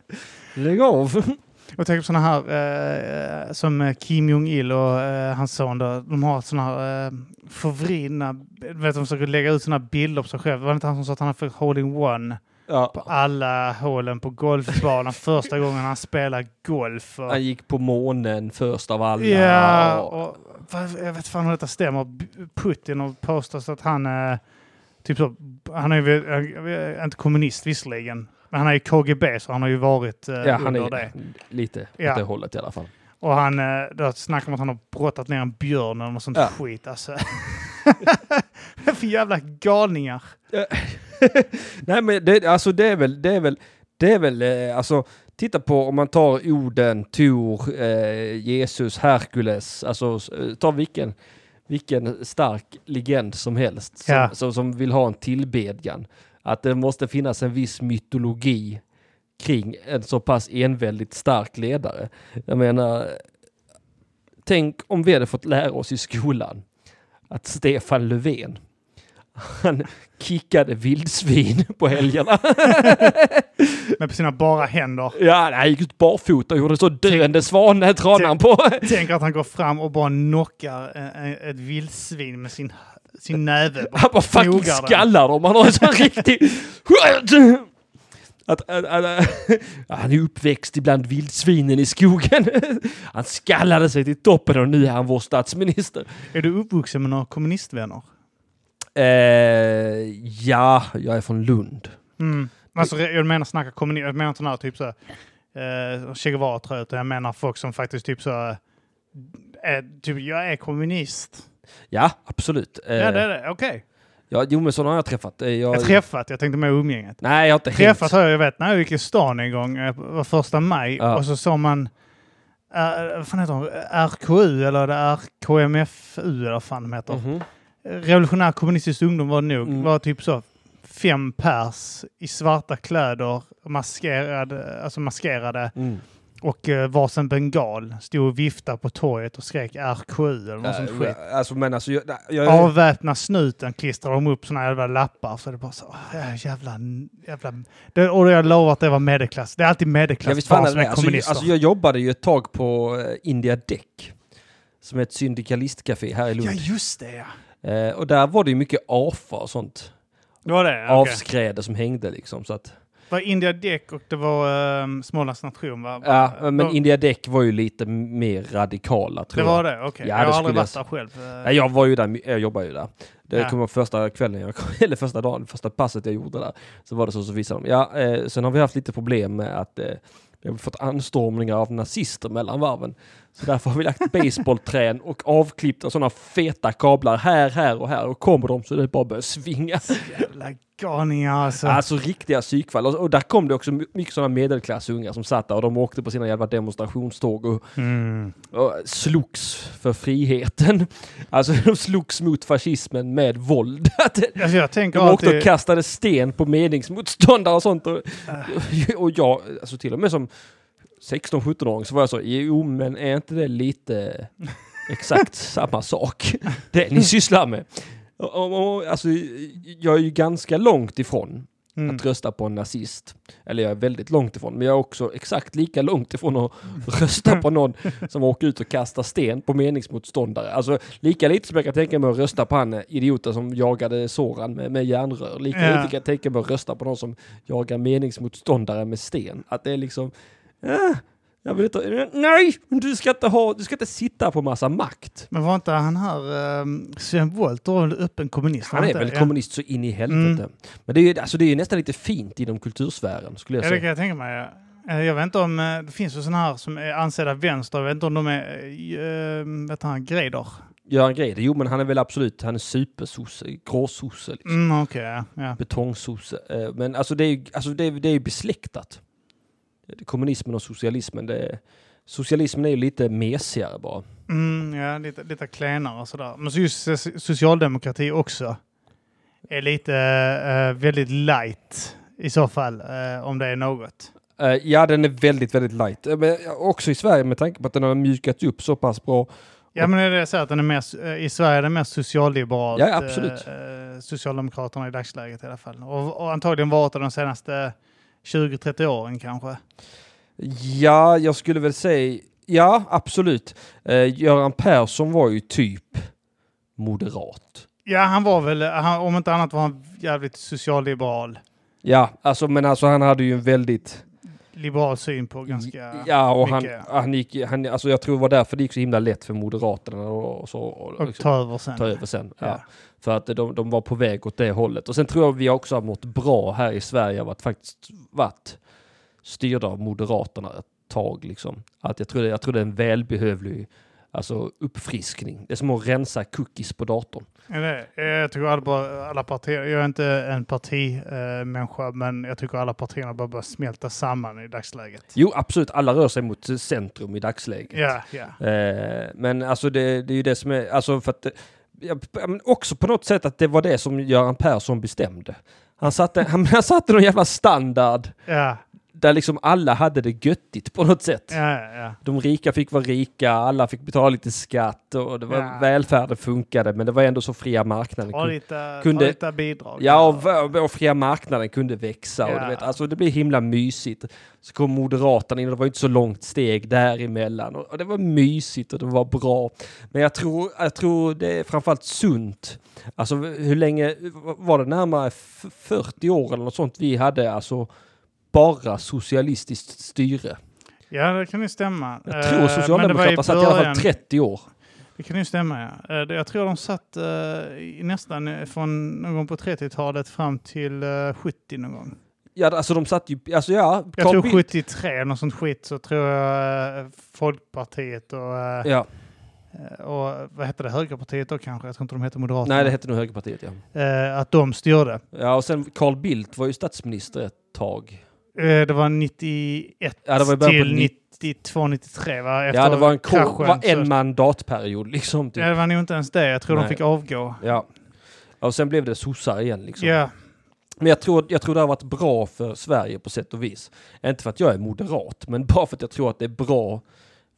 B: (laughs) Lägg av!
C: Jag tänker på sådana här eh, som eh, Kim Jong-Il och eh, hans son. Då, de har sådana här eh, förvridna... du Vet, de försöker lägga ut sådana bilder på sig själv. Var det inte han som sa att han fick hole-in-one på
B: Ja,
C: alla hålen
B: (laughs)
C: på golfbanan första gången han spelar golf? Och,
B: han gick på månen först av alla.
C: ja,
B: och-
C: och, vad- jag vet fan om detta stämmer. B- Putin har påstås att han... Eh, typ så, han är ju eh, inte kommunist visserligen, men han är ju KGB så han har ju varit eh,
B: ja, han
C: under
B: är
C: det.
B: lite
C: Ja.
B: åt det hållet i alla fall.
C: Och han, eh, då snackar man om att han har brottat ner en björn eller något sånt
B: Ja.
C: skit alltså. (laughs) Vad för jävla galningar.
B: Nej, men det, alltså det är väl, det är väl, det är väl, eh, alltså titta på om man tar Oden, Tor, eh, Jesus, Herkules, alltså s- eh, ta vilken, vilken stark legend som helst som,
C: Ja.
B: som, som vill ha en tillbedjan. Att det måste finnas en viss mytologi kring en så pass enväldigt stark ledare. Jag menar, tänk om vi hade fått lära oss i skolan att Stefan Löfven, han kickade vildsvin (laughs) på helgerna.
C: Med på sina bara händer.
B: Ja, han gick ut barfota och gjorde så döende svanen tranan på. (laughs)
C: Tänk att han går fram och bara knockar eh, eh, ett vildsvin med sin, sin näve.
B: Han bara fucking
C: Knogar den.
B: skallar dem. Han har en sån riktig... (laughs) Att, att, att, han är uppväxt ibland vildsvinen i skogen. (laughs) Han skallade sig till toppen och nu är han vår statsminister.
C: Är du uppvuxen med några kommunistvänner?
B: Eh, ja, jag är från Lund.
C: Mm. Alltså, jag menar snacka kommunism, jag menar inte den här typ så här, eh, Che Guevara tror jag, utan jag menar folk som faktiskt typ så här, eh, typ jag är kommunist.
B: Ja, absolut. Eh,
C: Ja, det är det. Okej.
B: ja, jo, men sådana har jag träffat. Eh,
C: Jag har träffat, jag tänkte med umgänget.
B: Nej, jag har inte
C: träffat
B: hängt.
C: har jag vet när jag gick i stan en gång, eh, var första maj,
B: Ja.
C: och så såg man eh, vad fan heter de? RKU eller är det RKMFU eller vad fan de heter.
B: Mhm.
C: Revolutionär kommunistisk ungdom var det nog.
B: Mm.
C: var typ så fem pers i svarta kläder, maskerade, alltså maskerade
B: Mm.
C: och eh, varsin bengal. Stod och viftade på torget och skrek RKU eller något sånt skit.
B: Eh, Alltså, men alltså, jag, jag,
C: Avväpna snuten klistrar de upp såna jävla lappar så det bara så åh, ja, jävla, jävla... Det, och jag lovar att det var medelklass. Det är alltid
B: Ja,
C: medelklass
B: visst fan är
C: som
B: det.
C: är
B: Alltså, ju-
C: kommunister.
B: alltså, jag jobbade ju ett tag på eh, India Däck, som är ett syndikalistcafé här i Lund.
C: ja, just det ja.
B: Eh, och där var det ju mycket AFA och sånt.
C: Det var det? Okej.
B: Avskräde som hängde liksom. Så att,
C: Det var India Däck och det var um, Smålands nation va?
B: ja, men
C: det,
B: India Däck var ju lite m- mer radikala tror
C: det
B: jag.
C: var det? Okej.
B: Ja,
C: jag
B: det
C: har aldrig
B: skulle
C: varit där själv.
B: Ja, jag var ju där, my- jag jobbade ju där. Det
C: Ja.
B: kommer ihåg första kvällen, jag kom, (laughs) eller första dagen, första passet jag gjorde där. Så var det så, så visade de, ja, eh, sen har vi haft lite problem med att eh, vi har fått anstormningar av nazister mellan varven. Så därför har vi lagt baseballträn och avklippta sådana feta kablar här, här och här. Och kommer de så det bara börjar svinga.
C: Jävla galningar Eh, alltså.
B: Alltså riktiga psykfall. Och, och där kom det också my- mycket sådana medelklassungar som satt där och de åkte på sina jävla demonstrationståg och
C: Mm.
B: och slogs för friheten. Alltså de slogs mot fascismen med våld. (laughs) Att
C: Alltså jag tänker
B: De åkte
C: alltid...
B: och kastade sten på meningsmotståndare och sånt. Och, och jag, alltså till och med som 16-17-åring så var jag så, jo men är inte det lite exakt samma sak?
C: Mm.
B: Det ni sysslar med. Och, och, och, alltså, jag är ju ganska långt ifrån
C: Mm.
B: att rösta på en nazist. Eller jag är väldigt långt ifrån, men jag är också exakt lika långt ifrån att
C: Mm.
B: rösta på
C: (laughs)
B: någon som åker ut och kastar sten på meningsmotståndare. Alltså lika lite som jag kan tänka mig att rösta på han eh, idioten som jagade Soran med, med järnrör. Lika
C: Ja.
B: lite kan jag tänka mig att rösta på någon som jagar meningsmotståndare med sten. Att det är liksom... "Ah, jag vill inte... Nej! Du ska inte, ha, du ska inte sitta på massa makt.
C: Men var inte han här, um, Sven Wollter, var väl öppen kommunist? var
B: Han är
C: inte?
B: väl
C: Ja. Mm.
B: kommunist så in i helvete. Men det är ju alltså det är ju nästan lite fint inom kultursfären skulle jag
C: Ja, det
B: säga.
C: kan jag tänka mig. ja. Eh, Jag vet inte om, eh, det finns ju sådana här som är ansedda vänster, jag vet inte om de är, äh, vet han, Greider?
B: Göran Greider, jo men han är väl absolut, han är supersosse, gråsosse, liksom.
C: Mm, okej, ja. ja.
B: betongsosse. Eh, Men alltså det är ju alltså det är, det är ju besläktat. Kommunismen och socialismen, det är, socialismen är ju lite mesigare bara.
C: Mm, ja, lite, lite klenare och sådär. Men så just eh, socialdemokrati också är lite, eh, väldigt light i så fall, eh, om det är något.
B: Eh, Ja, den är väldigt, väldigt light. Eh, Men också i Sverige med tanke på att den har mjukats upp så pass bra.
C: Ja,
B: Och-
C: men är det så att den är mer, eh, i Sverige är den mer socialliberalt?
B: Ja, absolut.
C: eh, eh, Socialdemokraterna i dagsläget i alla fall. Och, och antagligen varit det de senaste 20-30 åren kanske.
B: Ja, jag skulle väl säga, ja absolut. Eh, Göran Persson var ju typ moderat.
C: Ja, han var väl, eh, han, om inte annat var han jävligt socialliberal.
B: Ja, alltså, men alltså han hade ju en väldigt...
C: Liberal syn på ganska...
B: Mm, ja, och han,
C: mycket.
B: han gick... Han, alltså, jag tror det var därför det gick så himla lätt för Moderaterna och, och så... Och, liksom-
C: Och ta över sen.
B: ta över sen. Ja.
C: Ja.
B: För att de, de var på väg åt det hållet. Och sen tror jag vi också har mått bra här i Sverige av att faktiskt varit styrda av Moderaterna ett tag. Liksom. Att jag, tror det, jag tror det är en välbehövlig alltså, uppfriskning. Det är som att rensa cookies på datorn.
C: Är det- Eh, Jag tycker alla, alla partier, jag är inte en partimänniska, men jag tycker alla partierna bara börjar smälta samman i dagsläget.
B: Jo, absolut, alla rör sig mot eh, centrum i dagsläget.
C: Ja, ja.
B: Eh, men alltså det, det är ju det som är, alltså för att, eh, ja, ja, men också på något sätt att det var det som Göran Persson bestämde. Han satte, (laughs) han, han satte någon jävla standard
C: Ja,
B: där liksom alla hade det göttigt på något sätt.
C: ja, ja.
B: De rika fick vara rika, alla fick betala lite skatt och det var,
C: Ja.
B: välfärden funkade men det var ändå så fria marknaden
C: Ta
B: kunde,
C: lite,
B: kunde-
C: ta lite bidrag.
B: Ja, och, v- och fria marknaden kunde växa. Och
C: Ja.
B: du vet, alltså det blev himla mysigt. Så kom Moderaterna in och det var ju inte så långt steg däremellan. Och, och det var mysigt och det var bra. Men jag tror, jag tror det är framförallt sunt. Alltså hur länge, var det närmare f- 40 år eller något sånt vi hade alltså bara socialistiskt styre.
C: ja, det kan ju stämma.
B: Jag
C: Eh,
B: tror
C: men det var
B: Socialdemokraterna satt i alla
C: början.
B: fall 30 år.
C: Det kan ju stämma, ja. Eh, det- Jag tror de satt eh, i nästan eh, från någon gång på 30-talet fram till eh, 70 någon gång.
B: Ja, alltså de satt ju, alltså ja,
C: Jag
B: Carl
C: tror
B: Bildt-
C: 73, något sånt skit, så tror jag eh, Folkpartiet och, eh,
B: Ja,
C: och vad hette det, Högerpartiet då kanske? Jag tror inte de hette Moderaterna.
B: nej det hette nog Högerpartiet ja.
C: Eh, att de styrde.
B: Ja, och sen Carl Bildt var ju statsminister ett tag.
C: Eh, det var 91
B: Ja, det var i början på
C: till 92, 93 va? Efter
B: ja, det var en, kor-
C: kraschen,
B: var
C: så-
B: en mandatperiod liksom. Typ.
C: Ja, det var nog inte ens det. Jag tror de
B: Nej.
C: fick avgå.
B: Ja. ja, och sen blev det sossar igen liksom.
C: Ja,
B: Men jag tror, jag tror det har varit bra för Sverige på sätt och vis. Inte för att jag är moderat, men bara för att jag tror att det är bra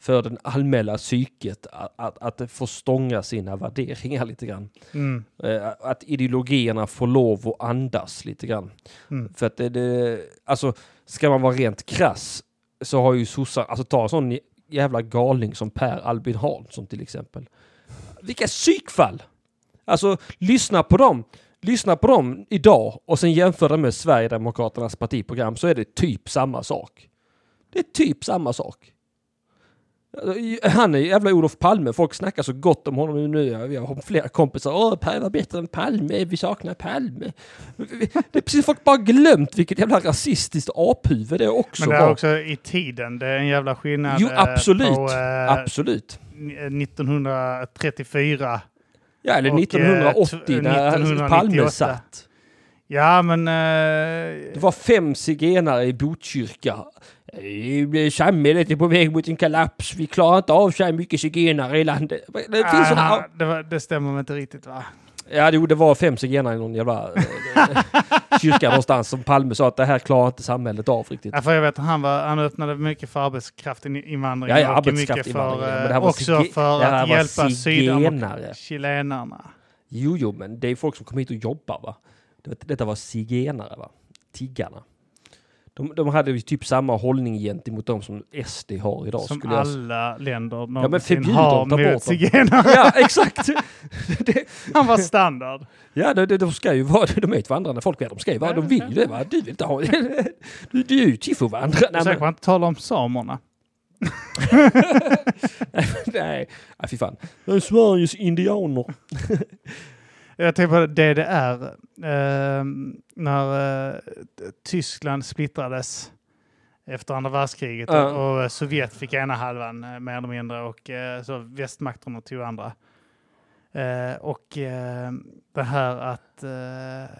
B: för den allmänna psyket att, att, att få stånga sina värderingar lite grann.
C: mm.
B: Eh, Att ideologierna får lov att andas lite grann.
C: Mm.
B: För att det, det, alltså, ska man vara rent krass så har ju sossar, alltså ta en sån jävla galning som Per Albin Hansson till exempel. Vilka psykfall! Alltså, lyssna på dem. Lyssna på dem idag och sen jämför det med Sverigedemokraternas partiprogram så är det typ samma sak. Det är typ samma sak. Han är jävla Olof Palme. Folk snackar så gott om honom nu. Jag har flera kompisar. Åh, Per var bättre än Palme. Vi saknar Palme. Det är precis folk bara glömt vilket jävla rasistiskt aphuvud det också
C: Men det är
B: var.
C: också i tiden. Det är en jävla skillnad
B: Jo,
C: eh,
B: absolut.
C: på eh,
B: Absolut.
C: n- 1934.
B: Ja, eller
C: och, eh,
B: 1980 när
C: 1998.
B: Palme satt.
C: Ja, men... eh,
B: Det var fem zigenare i Botkyrka. Eh, Samhället är på väg mot en kollaps. Vi klarar inte av så här mycket zigenare i landet. Det finns
C: ah,
B: såna...
C: det, var, det stämmer väl inte riktigt va?
B: Ja, jo, det var fem zigenare i någon jävla eh,
C: (laughs)
B: kyrka någonstans som Palme sa att det här klarar inte samhället av riktigt.
C: Ja, för jag vet att han, var, han öppnade mycket för arbetskraftinvandring.
B: Ja, ja,
C: och mycket
B: arbetskraftinvandring, ja, men det
C: för,
B: här
C: eh,
B: var
C: också
B: sige-
C: för
B: det här
C: att
B: var
C: hjälpa
B: zigenare.
C: sydamerikanerna. Chilenarna.
B: Jo, jo, men det är folk som kommer hit och jobbar, va? Det- Detta var zigenare, va? tiggarna. De, de hade ju typ samma hållning gentemot de som SD har idag.
C: Som
B: skulle jag s-
C: alla länder
B: men
C: någonsin
B: förbjud
C: har
B: dem, ta bort
C: mot
B: dem.
C: zigenare.
B: Ja, (laughs) exakt! det,
C: (laughs) Han var standard.
B: ja, de, de, de ska ju vara, de är ju ett vandrande folk, va? de ska ju vara, de vill ju det va? Du vill inte ha (laughs) Du, du är ju tiffovandra.
C: Så
B: Nej,
C: kan
B: men-
C: man inte tala om samerna.
B: (laughs) nej, ja, fy fan. Det är Sveriges indianer.
C: Jag tänker på DDR, eh, när eh, Tyskland splittrades efter andra världskriget
B: Ja.
C: och, och Sovjet fick ena halvan eh, mer eller mindre och eh, så västmakterna tog andra. Eh, och eh, det här att eh,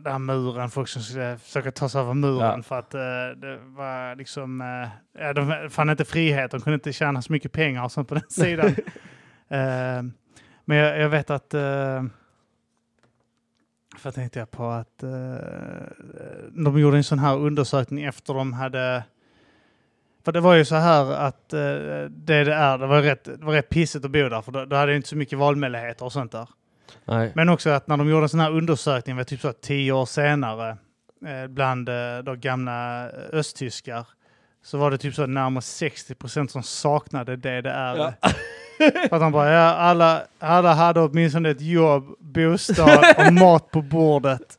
C: den här muren, folk som skulle försöka ta sig över muren
B: Ja.
C: för att eh, det var liksom, eh, ja, de fann inte frihet, de kunde inte tjäna så mycket pengar och sånt på den sidan. eh, men jag, jag vet att... Eh, för tänkte jag på att eh, de gjorde en sån här undersökning efter de hade... För det var ju så här att eh, DDR, det var, ju rätt, det var rätt pissigt att bo där för då, då hade jag inte så mycket valmöjligheter och sånt där.
B: Nej.
C: Men också att när de gjorde en sån här undersökning, det var typ så att tio år senare, eh, bland eh, då gamla östtyskar, så var det typ så närmare 60 procent som saknade DDR.
B: Ja.
C: För att de bara, ja, alla, alla hade åtminstone ett jobb, bostad
B: (laughs)
C: och mat på bordet.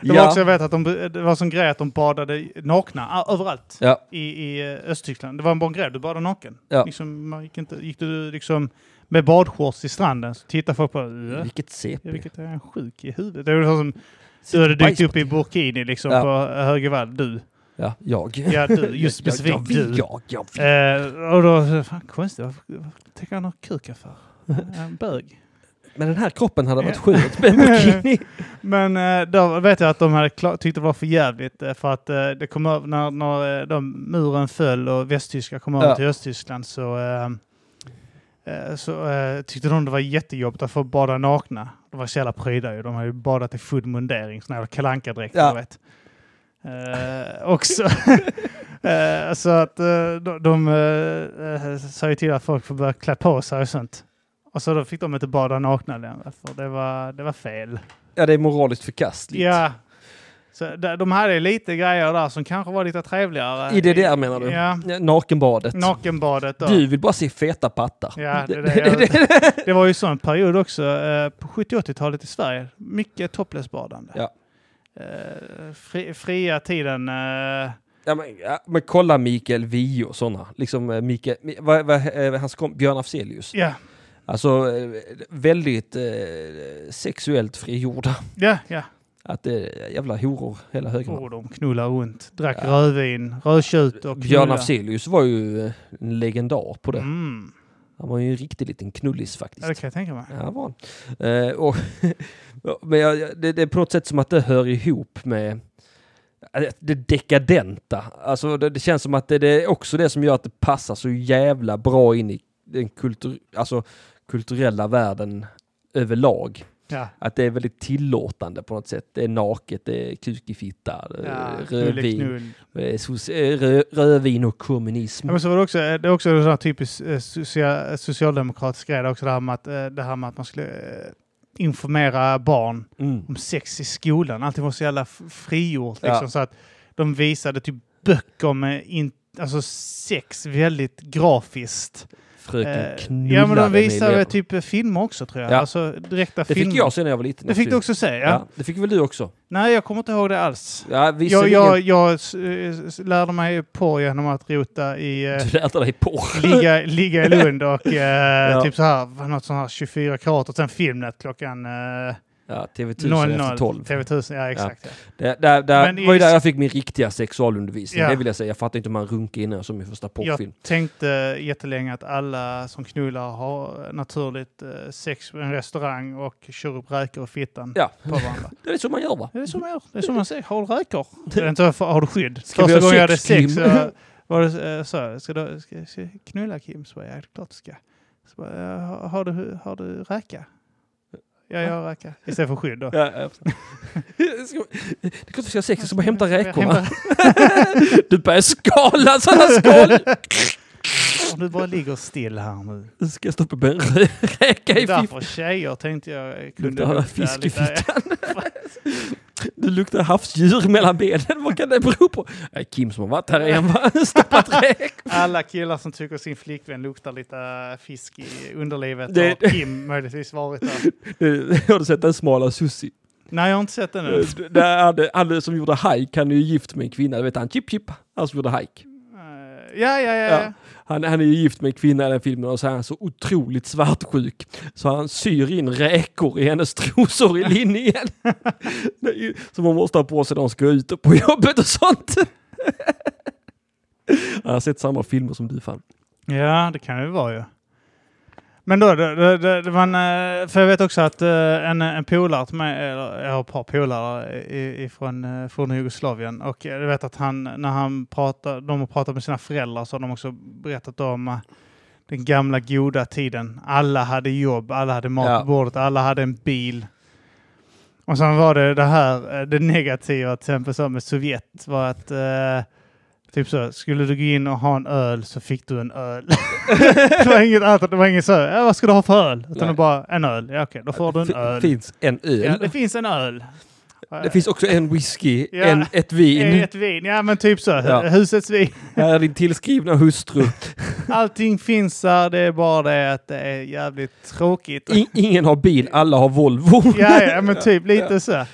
C: Det var
B: Ja.
C: också, jag vet att de, det var en sån grej att de badade nakna a- överallt
B: Ja.
C: i, i eh, Östtyskland. Det var en bra grej, du badade naken.
B: Ja.
C: Liksom, man gick, inte, gick du liksom med badshorts i stranden så tittade folk på "Äh?" "Ja,
B: Vilket CP.
C: Ja, vilket är en sjuk i huvudet. Det är väl så som du hade dykt upp i burkini liksom
B: Typ Ja.
C: på Högervall. Du.
B: Ja, jag. (laughs)
C: Ja, du. Just specifikt
B: jag, jag,
C: du.
B: vill, jag, jag vill.
C: Eh, och då, fan konstigt. Varför, varför tänker han ha
B: (laughs)
C: kuken för? Han är En bög.
B: Men den här kroppen hade varit
C: Ja.
B: sjuk med en bikini.
C: Men eh, då vet jag att de hade kla- tyckte det var för jävligt eh, för att eh, det kom över när, när eh, de muren föll och västtyskar kom över
B: Ja.
C: till Östtyskland så, eh, eh, så eh, tyckte de det var jättejobbigt att få bada nakna. De var så jävla pryda ju. De hade ju badat i full mundering, sån här kalanka direkt
B: Ja.
C: du vet. Eh, och så, (laughs) eh, så att eh, de, de eh, sa ju till att folk får börja klä på sig och sånt. Och så då fick de inte bada nakna längre, för det var, det var fel.
B: Ja, det är moraliskt förkastligt.
C: Ja. Så de de hade lite grejer där som kanske var lite trevligare.
B: I DDR menar du?
C: Ja.
B: Nakenbadet.
C: Nakenbadet då.
B: Du vill bara se feta pattar.
C: Ja,
B: (laughs)
C: det, det, det var ju så en period också eh, på 70-80-talet i Sverige. Mycket topless-badande.
B: Ja.
C: Eh, fri, fria tiden. Eh,
B: Ja, men, ja, men kolla Mikael Wiehe och sådana. Liksom, eh, Mikael, Mi- vad, vad, eh, hans kom, Björn Afzelius.
C: ja.
B: Alltså, eh, väldigt eh, sexuellt frigjorda.
C: ja, ja.
B: Att det är jävla horor hela högen.
C: Oh, de knullar runt. Drack
B: Ja.
C: rödvin, rödtjut och
B: Björn
C: knulla.
B: Afzelius var ju eh, en legendar på det.
C: Mm.
B: Han var ju en riktig liten knullis faktiskt.
C: Ja, det kan jag tänka mig.
B: Ja, det var han. Eh, och, (laughs) men jag, jag- det, det är på något sätt som att det hör ihop med eh, det dekadenta. Alltså det, det känns som att det, det är också det som gör att det passar så jävla bra in i den kultur, alltså, kulturella världen överlag.
C: Ja.
B: Att det är väldigt tillåtande på något sätt. Det är naket, det är kuk i fitta, det
C: Ja,
B: är
C: knull
B: Eh,
C: är liksom
B: rödvin,
C: knull.
B: det är sos- eh, rö, rödvin och kommunism.
C: Ja, men så var det, också, eh, det är också en sån här typisk eh, socia- socialdemokratisk grej. Det, är också det, här med att, eh, det här med att man skulle eh, informera barn
B: Mm.
C: om sex i skolan. Allting var så jävla f- frigjort. Liksom,
B: Ja.
C: Så att de visade typ böcker med in, alltså sex väldigt grafiskt.
B: Fröken
C: Eh,
B: knullade
C: ja, men de
B: med eleverna.
C: visade typ eh, filmer också tror jag.
B: Ja.
C: Alltså direkta
B: Det
C: filmer.
B: fick jag se när jag var liten.
C: Det fick du
B: också.
C: också se, ja.
B: Ja, det fick väl du också?
C: Nej, jag kommer inte ihåg det alls.
B: Ja,
C: Jag,
B: visserligen.
C: jag, jag s- eh, s- lärde mig på genom att rota i... eh,
B: Du lärde dig porr.
C: ligga, ligga i Lund och
B: (laughs)
C: eh,
B: Ja.
C: typ så här, var något sånt här 24 karat och sen Filmnet klockan eh,
B: Ja, TV1000 efter
C: 00.
B: 12.
C: TV1000, ja exakt. Ja.
B: Det, där, där,
C: Men i-
B: var ju där jag fick min riktiga sexualundervisning.
C: Ja.
B: Det vill jag säga. Jag fattade inte hur man runkade innan jag såg min första porrfilm.
C: Jag tänkte jättelänge att alla som knullar har naturligt eh, sex på en restaurang och kör upp räkor i fittan
B: Ja.
C: på varandra.
B: Det är så man gör va?
C: Det är så man gör. Det är så man säger. Har du räkor? Det är inte, har du skydd?
B: Ska vi ha
C: Första gången jag hade
B: sex, Kim?
C: sex så var det eh, så här, ska du ska, ska jag knulla Kim? Så bara, ja, det är klart du ska. Så bara, "Ja, har, har, du, har du räka? Ja, jag har räka. Istället för skydd då.
B: (laughs) Ja, (laughs) ja. Ska- det är klart vi ska ha sex, jag ska bara hämta räkorna.
C: Hämta-
B: (laughs) Du börjar skala sådana (laughs) skal!
C: Om du bara ligger still här nu.
B: Nu ska jag stoppa med en rä- räka i fiftan.
C: Därför tjejer tänkte jag eh, kunde
B: Luktar
C: lukta
B: fisk i
C: lite-
B: Du luktar havsdjur mellan benen. Vad kan det bero på? Eh, Kim som har varit här igen va? (laughs) Stoppat (laughs) räk.
C: Alla killar som tycker sin flickvän luktar lite äh, fisk i underlivet
B: Det-
C: har Kim möjligtvis varit där.
B: Eh, Har du sett den smala Sussi?
C: Nej, jag har inte sett den än.
B: Eh, Där hade, han som gjorde hajk, han är ju gift med en kvinna. Du vet han Chip Chip, han som gjorde hajk.
C: Eh, Ja, ja, ja.
B: Ja.
C: ja.
B: Han, han är ju gift med en kvinna i den filmen och så är han så otroligt svartsjuk så han syr in räkor i hennes trosor i
C: (laughs)
B: linjen. Det är ju- Som hon måste ha på sig när hon ska ut på jobbet och sånt. Jag har sett samma filmer som du fan.
C: Ja, det kan det ju vara ju. Men då, det, det, det, det var en, eh, för jag vet också att eh, en, en polare till mig, eller jag har ett par polare i- ifrån eh, forna Jugoslavien och jag vet att han, när han pratar, de har pratat med sina föräldrar så har de också berättat om eh, den gamla goda tiden. Alla hade jobb, alla hade mat
B: Ja.
C: på bordet, alla hade en bil. Och sen var det det här, eh, det negativa till exempel så med Sovjet var att eh, Typ så, skulle du gå in och ha en öl så fick du en öl. (laughs) det var inget annat, det var inget så, ja, vad ska du ha för öl? Utan
B: Nej.
C: det bara en öl, ja okej, då får du en
B: Fi-
C: öl.
B: finns en öl.
C: Ja, det
B: det,
C: finns en öl. Eh,
B: finns också en whisky,
C: Ja.
B: en, ett vin.
C: Eh, Ett vin, ja men typ så,
B: Ja.
C: husets vin.
B: Här är din tillskrivna hustru.
C: Allting finns där, det är bara det att det är jävligt tråkigt.
B: I, ingen har bil, alla har Volvo.
C: Ja, ja men typ lite så.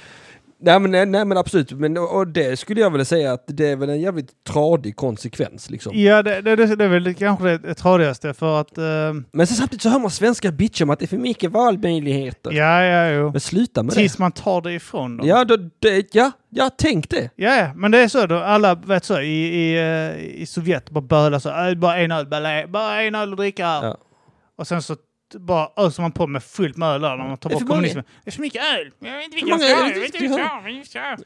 B: Nej men, nej, nej men absolut, men, och det skulle jag vilja säga att det är väl en jävligt tradig konsekvens liksom.
C: Ja, det, det, det, det är väl kanske det tradigaste för att... ehm,
B: Men sen samtidigt så hör man svenska bitch om att det är för mycket valmöjligheter.
C: ja, ja, jo.
B: Men sluta med
C: Tills man tar det ifrån
B: det.
C: dem.
B: Ja, då, det, ja, ja, tänk det.
C: Ja, ja, men det är så. Då alla vet så, i, i, eh, i Sovjet bara bölar så. "Äh, Bara en öl, bara, bara en öl att dricka. här."
B: Ja.
C: Och sen så t- bara öser man på med fullt med öl där när man tar
B: Det är för
C: bort
B: många.
C: kommunismen. Det är för mycket öl!
D: Jag vet inte
B: Hur
D: vilka jag
B: många
D: ska ha,
B: är det
D: jag vet
B: du
D: inte
B: ska
D: vilka jag ska ha.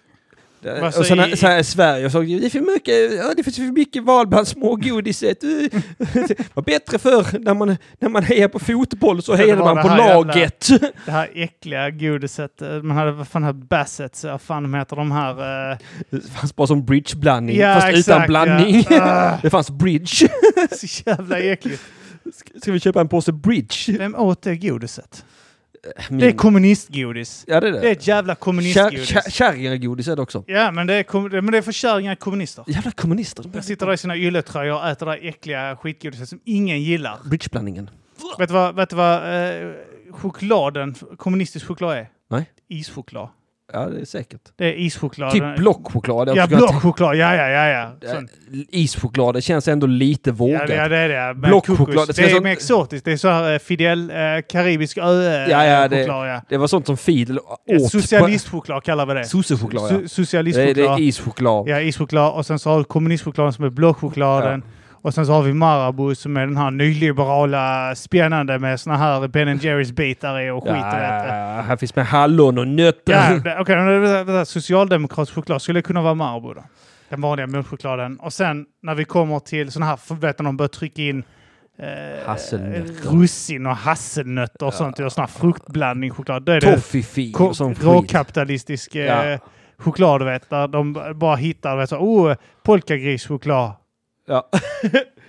B: Det-
C: Vad
B: och sen
C: säger-
B: så här, Sverige och så, det är för mycket, ja, det finns för mycket val bland smågodiset.
C: (laughs)
B: Uh, Det var bättre förr när man, när man hejade på fotboll så
C: det
B: hejade
C: var
B: man
C: det
B: på
C: här jävla-
B: laget. (laughs)
C: Det här äckliga godiset. eh, Man hade, vad fan hade Bassets, eh, vad fan de heter de här... eh,
B: Det fanns bara som bridgeblandning,
C: Ja,
B: fast utan
C: exakt, (laughs)
B: blandning.
C: ja. Ah.
B: Det fanns bridge.
C: så jävla äckligt.
B: Ska- Ska vi köpa en påse bridge?
C: Vem åt det godiset? Det är
B: Min-
C: kommunistgodis.
B: Ja, det är det.
C: Det är ett jävla
B: Kär-
C: kommunistgodis.
B: kär- Kärringagodis är det också.
C: Ja, men det är, kom- men det är för kärringar och kommunister.
B: Jävla kommunister. de
C: De
B: är-
C: sitter där i sina ylletröjor och äter det där äckliga skitgodiset som ingen gillar.
B: Bridgeblandningen.
C: Vet du vad, vet du vad eh, chokladen, kommunistisk choklad är?
B: Nej.
C: Ischoklad.
B: Ja, det är säkert.
C: Det är ischoklad.
B: Typ blockchoklad. jag
C: Ja,
B: skulle ha
C: blockchoklad. Ja, ja, ja. ja.
B: tänkt-
C: Sånt.
B: Eh, Ischoklad, det känns ändå lite
C: Ja,
B: vågat.
C: det- ja, det är det. Men
B: Blockchoklad,
C: kokos,
B: det ska
C: Det är
B: sånt-
C: mer exotiskt. Det är så här eh, Fidel, eh, karibisk ö eh,
B: Ja, ja, det-
C: choklad, ja.
B: Det var sånt som Fidel åt.
C: Ja,
B: på-
C: Socialistchoklad kallar vi det.
B: Sossechoklad, ja.
C: Su-
B: Det är, det är
C: Socialistchoklad.
B: ischoklad.
C: Ja, ischoklad. Och sen så har du kommunistchokladen som är blåchokladen. Och sen så har vi Marabou som är den här nyliberala spännande med såna här Ben Jerrys bitar i och skit.
B: Ja,
C: och vet du.
B: här finns med hallon och nötter.
C: Ja, det- okej. men det- det- det- Socialdemokratisk choklad skulle kunna vara Marabou då. Den vanliga mjölkchokladen. Och sen när vi kommer till sådana här, för- vet du, de börjar trycka in eh,
B: Hasselnötter.
C: russin och hasselnötter och sånt. Och sån här fruktblandning choklad. Då är det
B: Toffifee
C: ko-
B: och sån skit.
C: råkapitalistisk eh,
B: Ja.
C: choklad, vet du. De b- bara hittar, vet du, oh, polkagrischoklad.
B: Ja.
C: (laughs)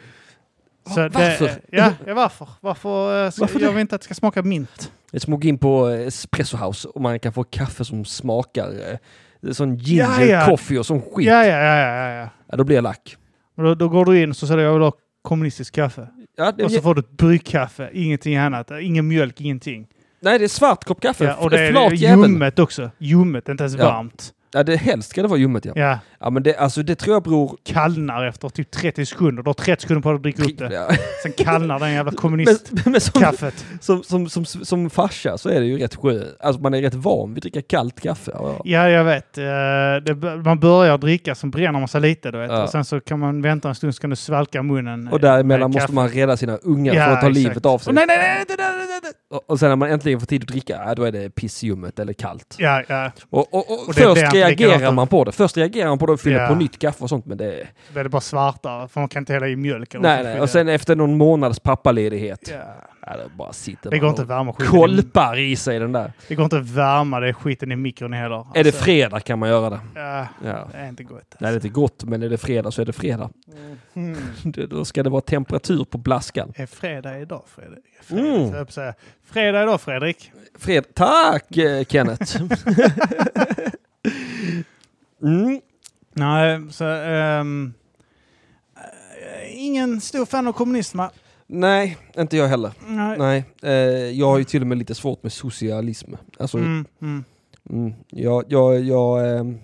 C: Så det-
B: varför?
C: Ja, ja, varför? Varför, eh, ska,
B: Varför det?
C: gör vi inte att det ska smaka mint?
B: Jag smog in på eh, Espresso House och man kan få kaffe som smakar eh, det är sån ginger
C: Ja, ja.
B: coffee och sån skit.
C: Ja, ja, ja, ja, ja.
B: Ja, då blir jag lack.
C: Och Då, då går du in och så säger du, jag vill ha kommunistiskt kaffe.
B: Ja, det,
C: Och så får du ett bryggkaffe, ingenting annat. Ingen mjölk, ingenting.
B: nej, det är svart kopp kaffe.
C: Ja, och det
B: F-
C: är
B: Flat jävel.
C: ljummet också. Ljummet, inte ens
B: Ja.
C: varmt.
B: Ja, det helst ska det vara ljummet ja. ja.
C: Ja,
B: men det, alltså, det tror jag beror...
C: kallnar efter typ 30 sekunder. Du har 30 sekunder på dig att dricka upp det. (laughs)
B: Ja.
C: Sen kallnar
B: (laughs)
C: den jävla
B: Men, men som,
C: kommunistkaffet.
B: som, som, som, som farsa så är det ju rätt skönt. Alltså man är rätt van vid att dricka kallt kaffe. Ja.
C: Ja, jag vet. Eh, Det, bör- man börjar dricka, sen bränner man sig lite. Du vet.
B: Ja.
C: Och sen så kan man vänta en stund, så kan du svalka munnen.
B: Och
C: eh,
B: däremellan
C: med
B: måste
C: kaffe.
B: man rädda sina ungar
C: Ja,
B: för att ta
C: exakt.
B: livet av sig.
C: Åh, nej, nej, nej, nej, nej, nej, nej.
B: Och, och sen när man äntligen får tid att dricka, ja, då är det pissljummet eller kallt.
C: Ja, ja.
B: Och, och, och,
C: Och det är det
B: först
C: han dricker
B: reagerar
C: åt.
B: man på det. Först reagerar man på det och fyller
C: Ja.
B: på nytt kaffe och sånt. Men det är...
C: Det är bara svartare, för man kan inte hälla i mjölk. eller
B: Nej,
C: något
B: nej.
C: skit.
B: Och sen efter någon månads pappaledighet.
C: Ja.
B: Ja, det bara sitter
C: Det
B: man
C: går inte
B: och
C: att värma skiten. i
B: kolpar i sig den där.
C: Det går inte att värma det skiten i mikron heller.
B: Är det
C: Alltså,
B: fredag kan man göra det.
C: ja,
B: Ja.
C: det är inte gott.
B: Nej, det är inte gott, men är det fredag så är det fredag. (laughs) Det- Då ska det vara temperatur på blaskan.
C: Är fredag idag, Fredrik? Fredag,
B: Mm.
C: så jag höll på att säga. fredag idag, Fredrik.
B: (laughs) Fred... Tack eh, Kenneth! Mm.
C: Nej, så... ehm, eh, ingen stor fan av kommunisterna.
B: Nej, inte jag heller.
C: Nej.
B: Nej, eh, jag har ju till och med lite svårt med socialism. Alltså, mm.
C: Mm, mm.
B: jag, jag, jag, ehm,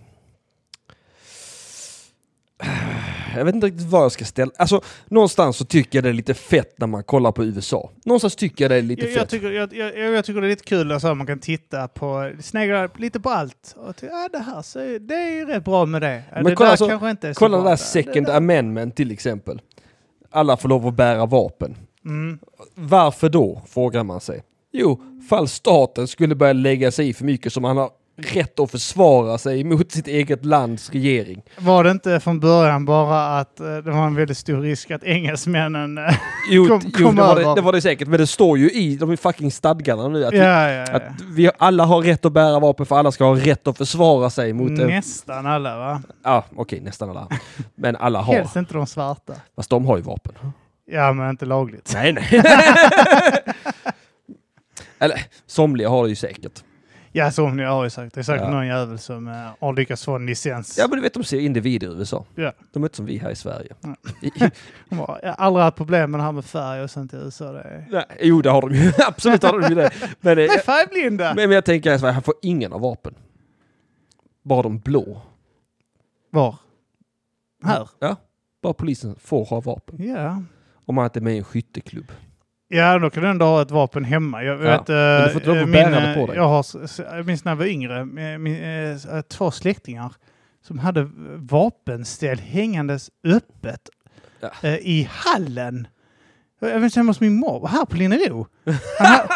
B: jag vet inte riktigt vad jag ska ställa. Alltså, någonstans så tycker jag det är lite fett när man kollar på USA. Någonstans tycker jag det är lite
C: Jag,
B: fett.
C: jag, tycker, jag, jag, jag tycker det är lite kul att så här man kan titta på, snegla lite på allt. Och ty, ja, det här ser, det är ju rätt bra med det. Ja,
B: Men
C: det
B: kolla
C: där
B: så-
C: kanske inte är så
B: Kolla
C: bra
B: det där
C: med
B: second
C: där-
B: amendment till exempel. Alla får lov att bära vapen.
C: Mm.
B: Varför då, frågar man sig. Jo, fall staten skulle börja lägga sig i för mycket som han har rätt att försvara sig mot sitt eget lands regering.
C: Var det inte från början bara att eh, det var en väldigt stor risk att engelsmännen... eh,
B: Jo,
C: Kom-
B: jo
C: kom
B: det, var det,
C: över.
B: det var det säkert, men det står ju i de fucking stadgarna nu att,
C: (laughs) ja, ja,
B: vi,
C: ja.
B: att vi alla har rätt att bära vapen för alla ska ha rätt att försvara sig mot... en-
C: Nästan alla va?
B: Ja, okej, nästan alla. Men alla har.
C: Helst inte de svarta.
B: Fast de har ju vapen.
C: Ja, men inte lagligt.
B: Nej,
C: (laughs)
B: nej. Eller, somliga har det ju säkert.
C: Ja, som jag har ju sagt. Det är säkert
B: Ja.
C: någon jävel som eh, har lyckats få en licens.
B: Ja, men du vet, de ser individer i USA.
C: Ja.
B: De är inte som vi här i Sverige.
C: Nej.
B: I-
C: De har aldrig haft problem med det här med färg och sånt i USA. Det är...
B: nej, jo, det har de ju. (laughs) Absolut har de ju det. Men, eh,
C: De är färgblinda!
B: (laughs) men, men jag tänker att här får ingen av vapen. Bara de blå.
C: Var? Här?
B: Ja, bara polisen får ha vapen.
C: Ja.
B: Om man inte är med i en skytteklubb.
C: Ja, då kan du ändå ha ett vapen hemma. Jag,
B: Ja,
C: vet, eh,
B: men du får inte lov att
C: eh,
B: bära
C: min,
B: det på
C: eh,
B: dig.
C: Jag, har, s- s- jag minns när jag var yngre, eh, min, eh, två släktingar som hade vapenställ hängandes öppet
B: Ja.
C: eh, i hallen. Jag minns hemma hos min mor, här
B: (laughs)
C: på Linnero. Han, ha-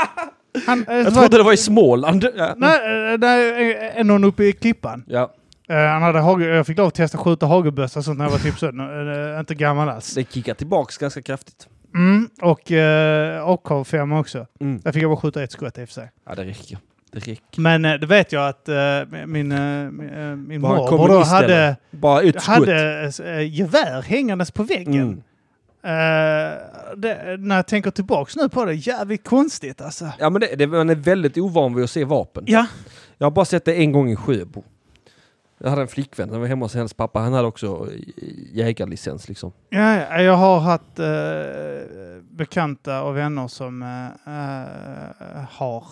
C: han, eh,
B: Jag
C: så var-
B: trodde det var i Småland. Ja.
C: Nej, eh, nej, eh, någon uppe i klippan.
B: Ja,
C: Eh, han hade hage, jag fick lov att testa skjuta hagelbössa och sånt när jag var typ så, eh, inte gammal alls.
B: det kickar tillbaks ganska kraftigt.
C: Mm, och eh, AK5 också.
B: Mm.
C: Där fick jag bara skjuta ett skott i och för sig.
B: Ja, det räcker. Det räcker.
C: Men eh, det vet jag att eh, min, eh, min, eh, min
B: Var han
C: morbror då
B: kommunist
C: hade,
B: eller? Bara ett skott.
C: hade eh, gevär hängandes på väggen.
B: Mm.
C: Eh, det, när jag tänker tillbaks nu på det, jävligt konstigt alltså.
B: Ja, men det, det, man är väldigt ovan vid att se vapen.
C: Ja,
B: Jag har bara sett det en gång i Sjöbo. Jag hade en flickvän, jag var hemma hos hennes pappa, han hade också eh, jägarlicens liksom.
C: ja, ja jag har haft eh, bekanta och vänner som eh, eh, har.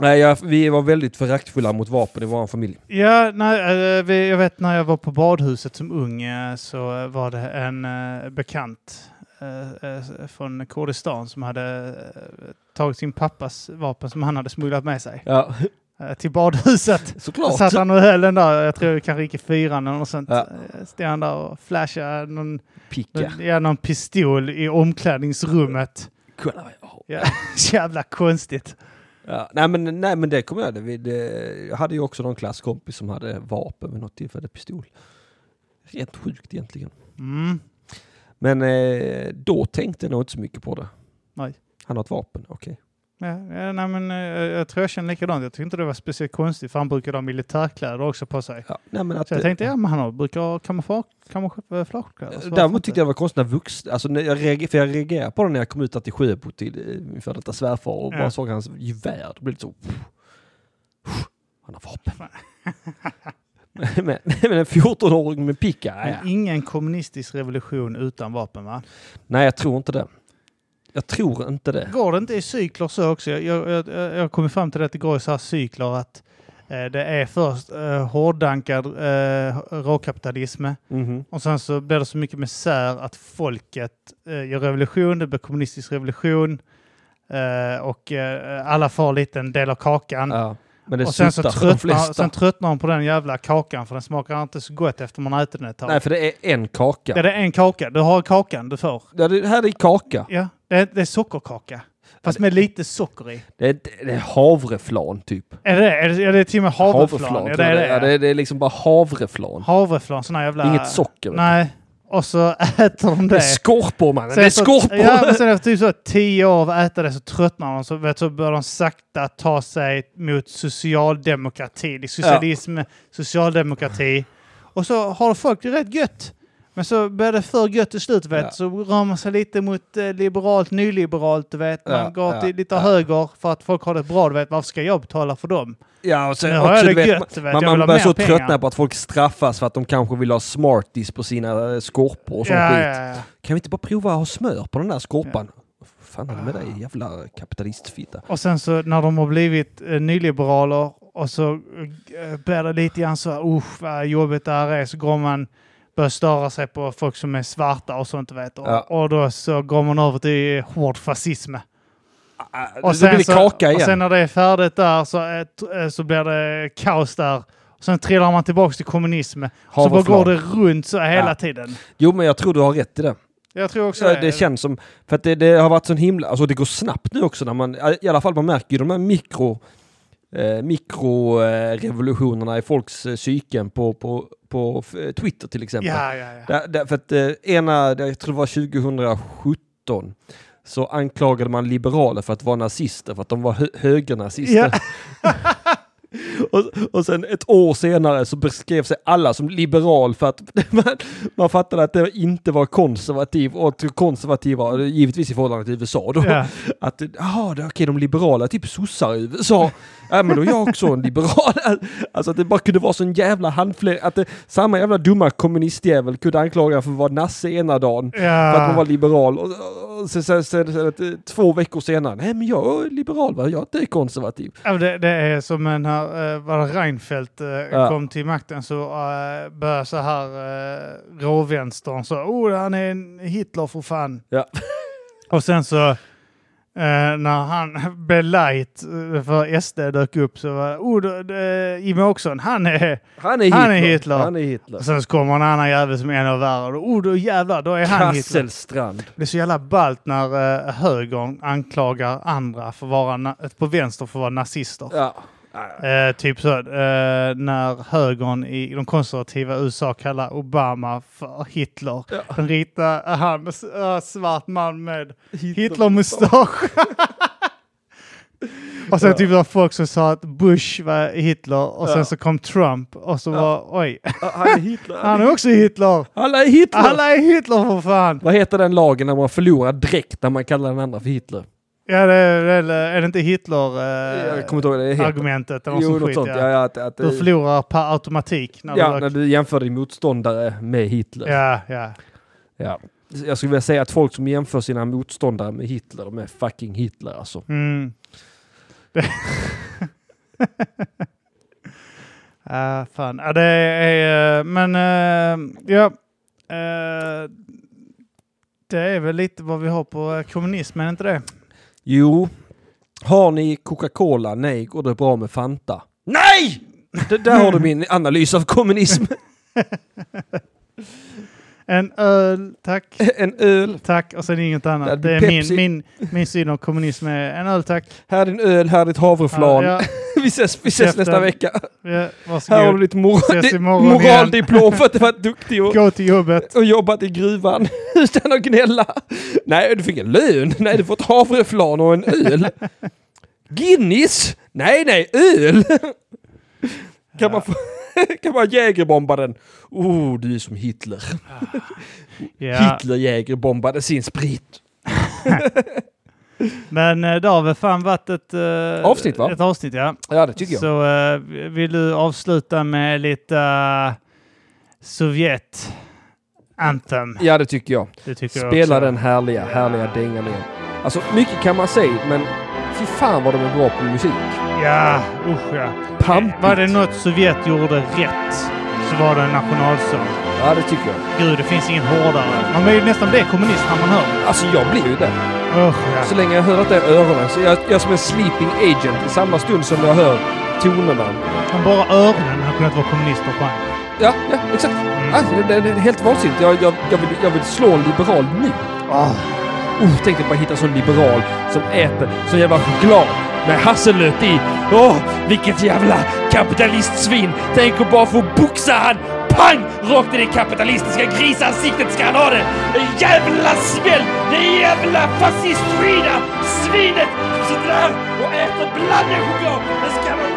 B: Nej, jag, vi var väldigt föraktfulla mot vapen i vår familj.
C: Ja, nej, eh, vi- jag vet när jag var på badhuset som ung eh, så eh, var det en eh, bekant eh, eh, från Kurdistan som hade eh, tagit sin pappas vapen som han hade smugglat med sig
B: Ja,
C: eh, till badhuset.
B: (laughs) såklart.
C: Satt han och höll den där, jag tror kanske gick i fyran eller något sånt.
B: Ja.
C: Eh, Stod han där och flashade någon,
B: Picka.
C: ja, någon pistol i omklädningsrummet. (laughs)
B: Kolla vad jag har.
C: Ja, jävla konstigt.
B: Ja, nej, men, nej men det kommer jag ihåg. Vi- det- Jag hade ju också någon klasskompis som hade vapen vid något tillfälle, pistol. Rent sjukt egentligen.
C: Mm.
B: Men eh, då tänkte jag nog inte så mycket på det.
C: Nej.
B: Han har ett vapen, okej.
C: Ja, ja, nej, men, eh, jag tror jag känner likadant. Jag tyckte inte det var speciellt konstigt för han brukade ha militärkläder också på sig.
B: Ja, nej, men att,
C: Så jag tänkte, ja men han har- brukar ha kamouflage- kamouflagekläder. så varför
B: eh, Däremot tyckte jag det var konstigt när vuxna, alltså när jag reagerade, för jag reagerade på det när jag kom ut där till Sjöbo till eh, min före detta svärfar och
C: Ja.
B: bara såg hans gevär. Det blev lite så... Han har vapen. (laughs) men, men en 14-åring med picka?
C: inte?
B: Nej,
C: Men ingen kommunistisk revolution utan vapen va?
B: Nej, jag tror inte det. Jag tror inte det.
C: Går det inte i cykler så också? Jag, jag, jag, jag har kommit fram till att det går i så här cykler att eh, det är först eh, hårddankad eh, råkapitalism
B: Mhm.
C: och sen så blir det så mycket misär att folket eh, gör revolution, det blir kommunistisk revolution eh, och eh, alla får lite en del av kakan.
B: Ja. Men det
C: och sen så
B: suttar för de
C: tröttnar,
B: flesta.
C: sen tröttnar hon på den jävla kakan för den smakar inte så gott efter man har ätit den ett tag.
B: Nej, för det är en kaka.
C: Ja, det är en kaka. Du har kakan du får.
B: Ja, det här är kaka.
C: Ja, det är, det är sockerkaka. Fast med lite socker i.
B: Det är, det är havreflan typ.
C: Är det är det? Är det till och med havreflan? Ja, det är det.
B: Ja, det, är, det är liksom bara havreflan.
C: Havreflan, såna jävla...
B: Inget socker. vet du.
C: Nej. Och så äter de
B: Det
C: det.
B: är skorpor mannen,
C: Sen
B: det är
C: så-
B: skorpor!
C: Ja, men sen efter typ så tio år av att äta det så tröttnar de. Så, vet, du, så börjar de sakta ta sig mot socialdemokrati. Det är socialism, socialdemokrati. Och så har folk det rätt gött. Men så började det för gött till slut, vet.
B: Ja.
C: så rör man sig lite mot eh, liberalt, nyliberalt, du vet. Man
B: Ja,
C: går
B: ja,
C: till lite
B: ja.
C: höger för att folk har det bra, du vet. Varför ska jag betala för dem?
B: Ja, och
C: Nu
B: sen
C: har jag
B: också, du
C: det
B: vet,
C: gött,
B: man,
C: vet. Jag vill ha
B: man börjar
C: mer
B: så
C: pengar.
B: tröttna på att folk straffas för att de kanske vill ha smarties på sina eh, skorpor och sånt
C: Ja,
B: skit.
C: ja, ja.
B: Kan vi inte bara prova att ha smör på den där skorpan? Vad fan är det med dig jävla kapitalistfitta?
C: Och sen så när de har blivit eh, nyliberaler och så eh, blir det lite grann så här, usch vad jobbigt det här är, så går man börjar störa sig på folk som är svarta och sånt, vet. Och,
B: Ja.
C: och då så går man över till hård fascism.
B: Och sen, blir det kaka igen.
C: och sen när det är färdigt där så, är t- eh, så blir det kaos där. Och sen trillar man tillbaka till kommunism.
B: Hav
C: så
B: och
C: bara
B: flan.
C: går det runt så hela
B: Ja.
C: tiden.
B: Jo, men jag tror du har rätt i det.
C: Jag tror också
B: Ja, det känns som, för att det, det har varit sån himla, alltså det går snabbt nu också när man, i alla fall man märker ju de här mikro, eh, mikrorevolutionerna i folks eh, psyken på, på, på eh, Twitter till exempel.
C: Ja, ja, ja.
B: Där, där, för att eh, ena, jag tror det var 2017, så anklagade man liberaler för att vara nazister, för att de var hö- högernazister.
C: Ja.
B: och, och sen ett år senare så beskrev sig alla som liberal för att (laughs) man, man fattade att det inte var konservativ och att konservativa, givetvis i förhållande till USA då,
C: Ja.
B: att jaha, det- okej de liberala, typ sossar i USA. Ja men då är jag också en liberal. (laughs) Alltså att det bara kunde vara sån jävla handflä, att det, samma jävla dumma kommunistjävel kunde anklaga för att vara nasse ena dagen. För att man var
C: Ja.
B: liberal. Och, och sen, sen, sen, sen, eh, två veckor senare, nej men jag är liberal va, jag är inte konservativ.
C: Ja, men Det, det är som en här, eh, var det Reinfeldt eh,
B: Ja.
C: kom till makten så eh, började så här eh, råvänstern så, oh han är en Hitler för fan.
B: Ja.
C: (laughs) Och sen så eh, när han (laughs) blev light eh, för SD dök upp så var oh då- det- Jimmie Åkesson, han är
B: Han är Hitler.
C: Han är Hitler.
B: Han är Hitler.
C: Och sen så kommer en annan jävel som är ännu värre. Och då, oh, då jävlar, då är han Hitler.
B: Kasselstrand.
C: Det är så jävla ballt när eh, högern anklagar andra för att vara na- på vänster för att vara nazister.
B: Ja.
C: Eh, typ så, eh, när högern i de konservativa USA kallar Obama för Hitler.
B: Ja.
C: Den rita eh, han, s- eh, svart man med
B: Hitler- (laughs)
C: Hitlermustasch. och sen typ var folk som sa att Bush var Hitler och
B: Ja.
C: sen så kom Trump och så var oj,
B: Han är Hitler.
C: han är också Hitler.
B: Alla är Hitler!
C: Alla är Hitler för fan!
B: Vad heter den lagen när man förlorar direkt när man kallar den andra för Hitler?
C: Ja, det är, väl, eh, är det inte Eh,
B: jag kommer inte ihåg vad det heter.
C: Hitler-argumentet? eller något
B: Jo,
C: sånt
B: något
C: skit,
B: sånt.
C: ja.
B: Ja. Ja, att, att,
C: Du förlorar per automatik. När
B: ja,
C: du
B: när du jämför din motståndare med Hitler.
C: ja, ja.
B: Ja. Jag skulle vilja säga att folk som jämför sina motståndare med Hitler, de är fucking Hitler alltså.
C: Mm. Det- (laughs) ah, fan. Ja, det är... eh, Men eh, ja. eh, det är väl lite vad vi har på eh, kommunismen, är inte det?
B: Jo. Har ni Coca-Cola? Nej. Går det bra med Fanta? Nej! Det, där har du min analys av
C: (laughs)
B: kommunism.
C: En öl, tack.
B: En öl.
C: Tack och sen inget
B: Ja,
C: annat. Det är
B: Pepsi.
C: min, min, min syn av kommunism är en öl, tack.
B: Här är din öl, här är ditt havreflan.
C: Ja,
B: (laughs) Vi ses, vi ses
C: Käften.
B: nästa vecka.
C: ja, ja,
B: Här har du
C: varsågod.
B: ditt mor-
C: Ses
B: ditt
C: imorgon igen.
B: moraldiplom för att du
C: (laughs)
B: varit duktig och,
C: Gå till jobbet.
B: och jobbat i gruvan (laughs) utan att gnälla. Nej, du fick en lön. Nej, du får ett havreflan och en
C: (laughs)
B: öl. Guinness? Nej, nej,
C: (laughs)
B: öl! Kan man, få, (laughs) kan man jägerbomba den? Oh, du är som Hitler.
C: Ja.
B: Hitler jägerbombade sin sprit.
C: Men eh, det har väl fan varit ett, eh,
B: Avsnitt, va?
C: ett avsnitt, ja.
B: Ja, det tycker jag.
C: Så eh, vill du avsluta med lite eh, Sovjet Anthem?
B: Ja, det tycker jag.
C: Det tycker jag
B: Spela
C: också.
B: den härliga, härliga dängan igen. Alltså, mycket kan man säga, men fy fan vad de är bra på musik.
C: Ja, usch ja.
B: Pampigt.
C: Var det något Sovjet gjorde rätt så var det en nationalsång.
B: Ja, det tycker jag.
C: Gud, det finns ingen hårdare. Man blir ju nästan det kommunist när man hör
B: Alltså, jag blir ju det.
C: det. Usch ja.
B: Så länge jag hör detta i öronen så är jag, jag är som en sleeping agent i samma stund som jag hör tonerna.
C: Om bara öronen hade kunnat vara kommunister på en.
B: Ja, ja, exakt. Alltså, det, det, det är helt vansinnigt. Jag, jag, jag, vill, jag vill slå en liberal nu. Oh, tänk dig bara hitta en sån liberal som äter sån jävla choklad med hasselnöt i. Åh, vilket jävla kapitalistsvin! Tänk att bara få boxa han! Pang! Rakt i det kapitalistiska grisansiktet ska han ha det! En jävla smäll! Det jävla fascistskina svinet som sitter där och äter blandad choklad! Det ska man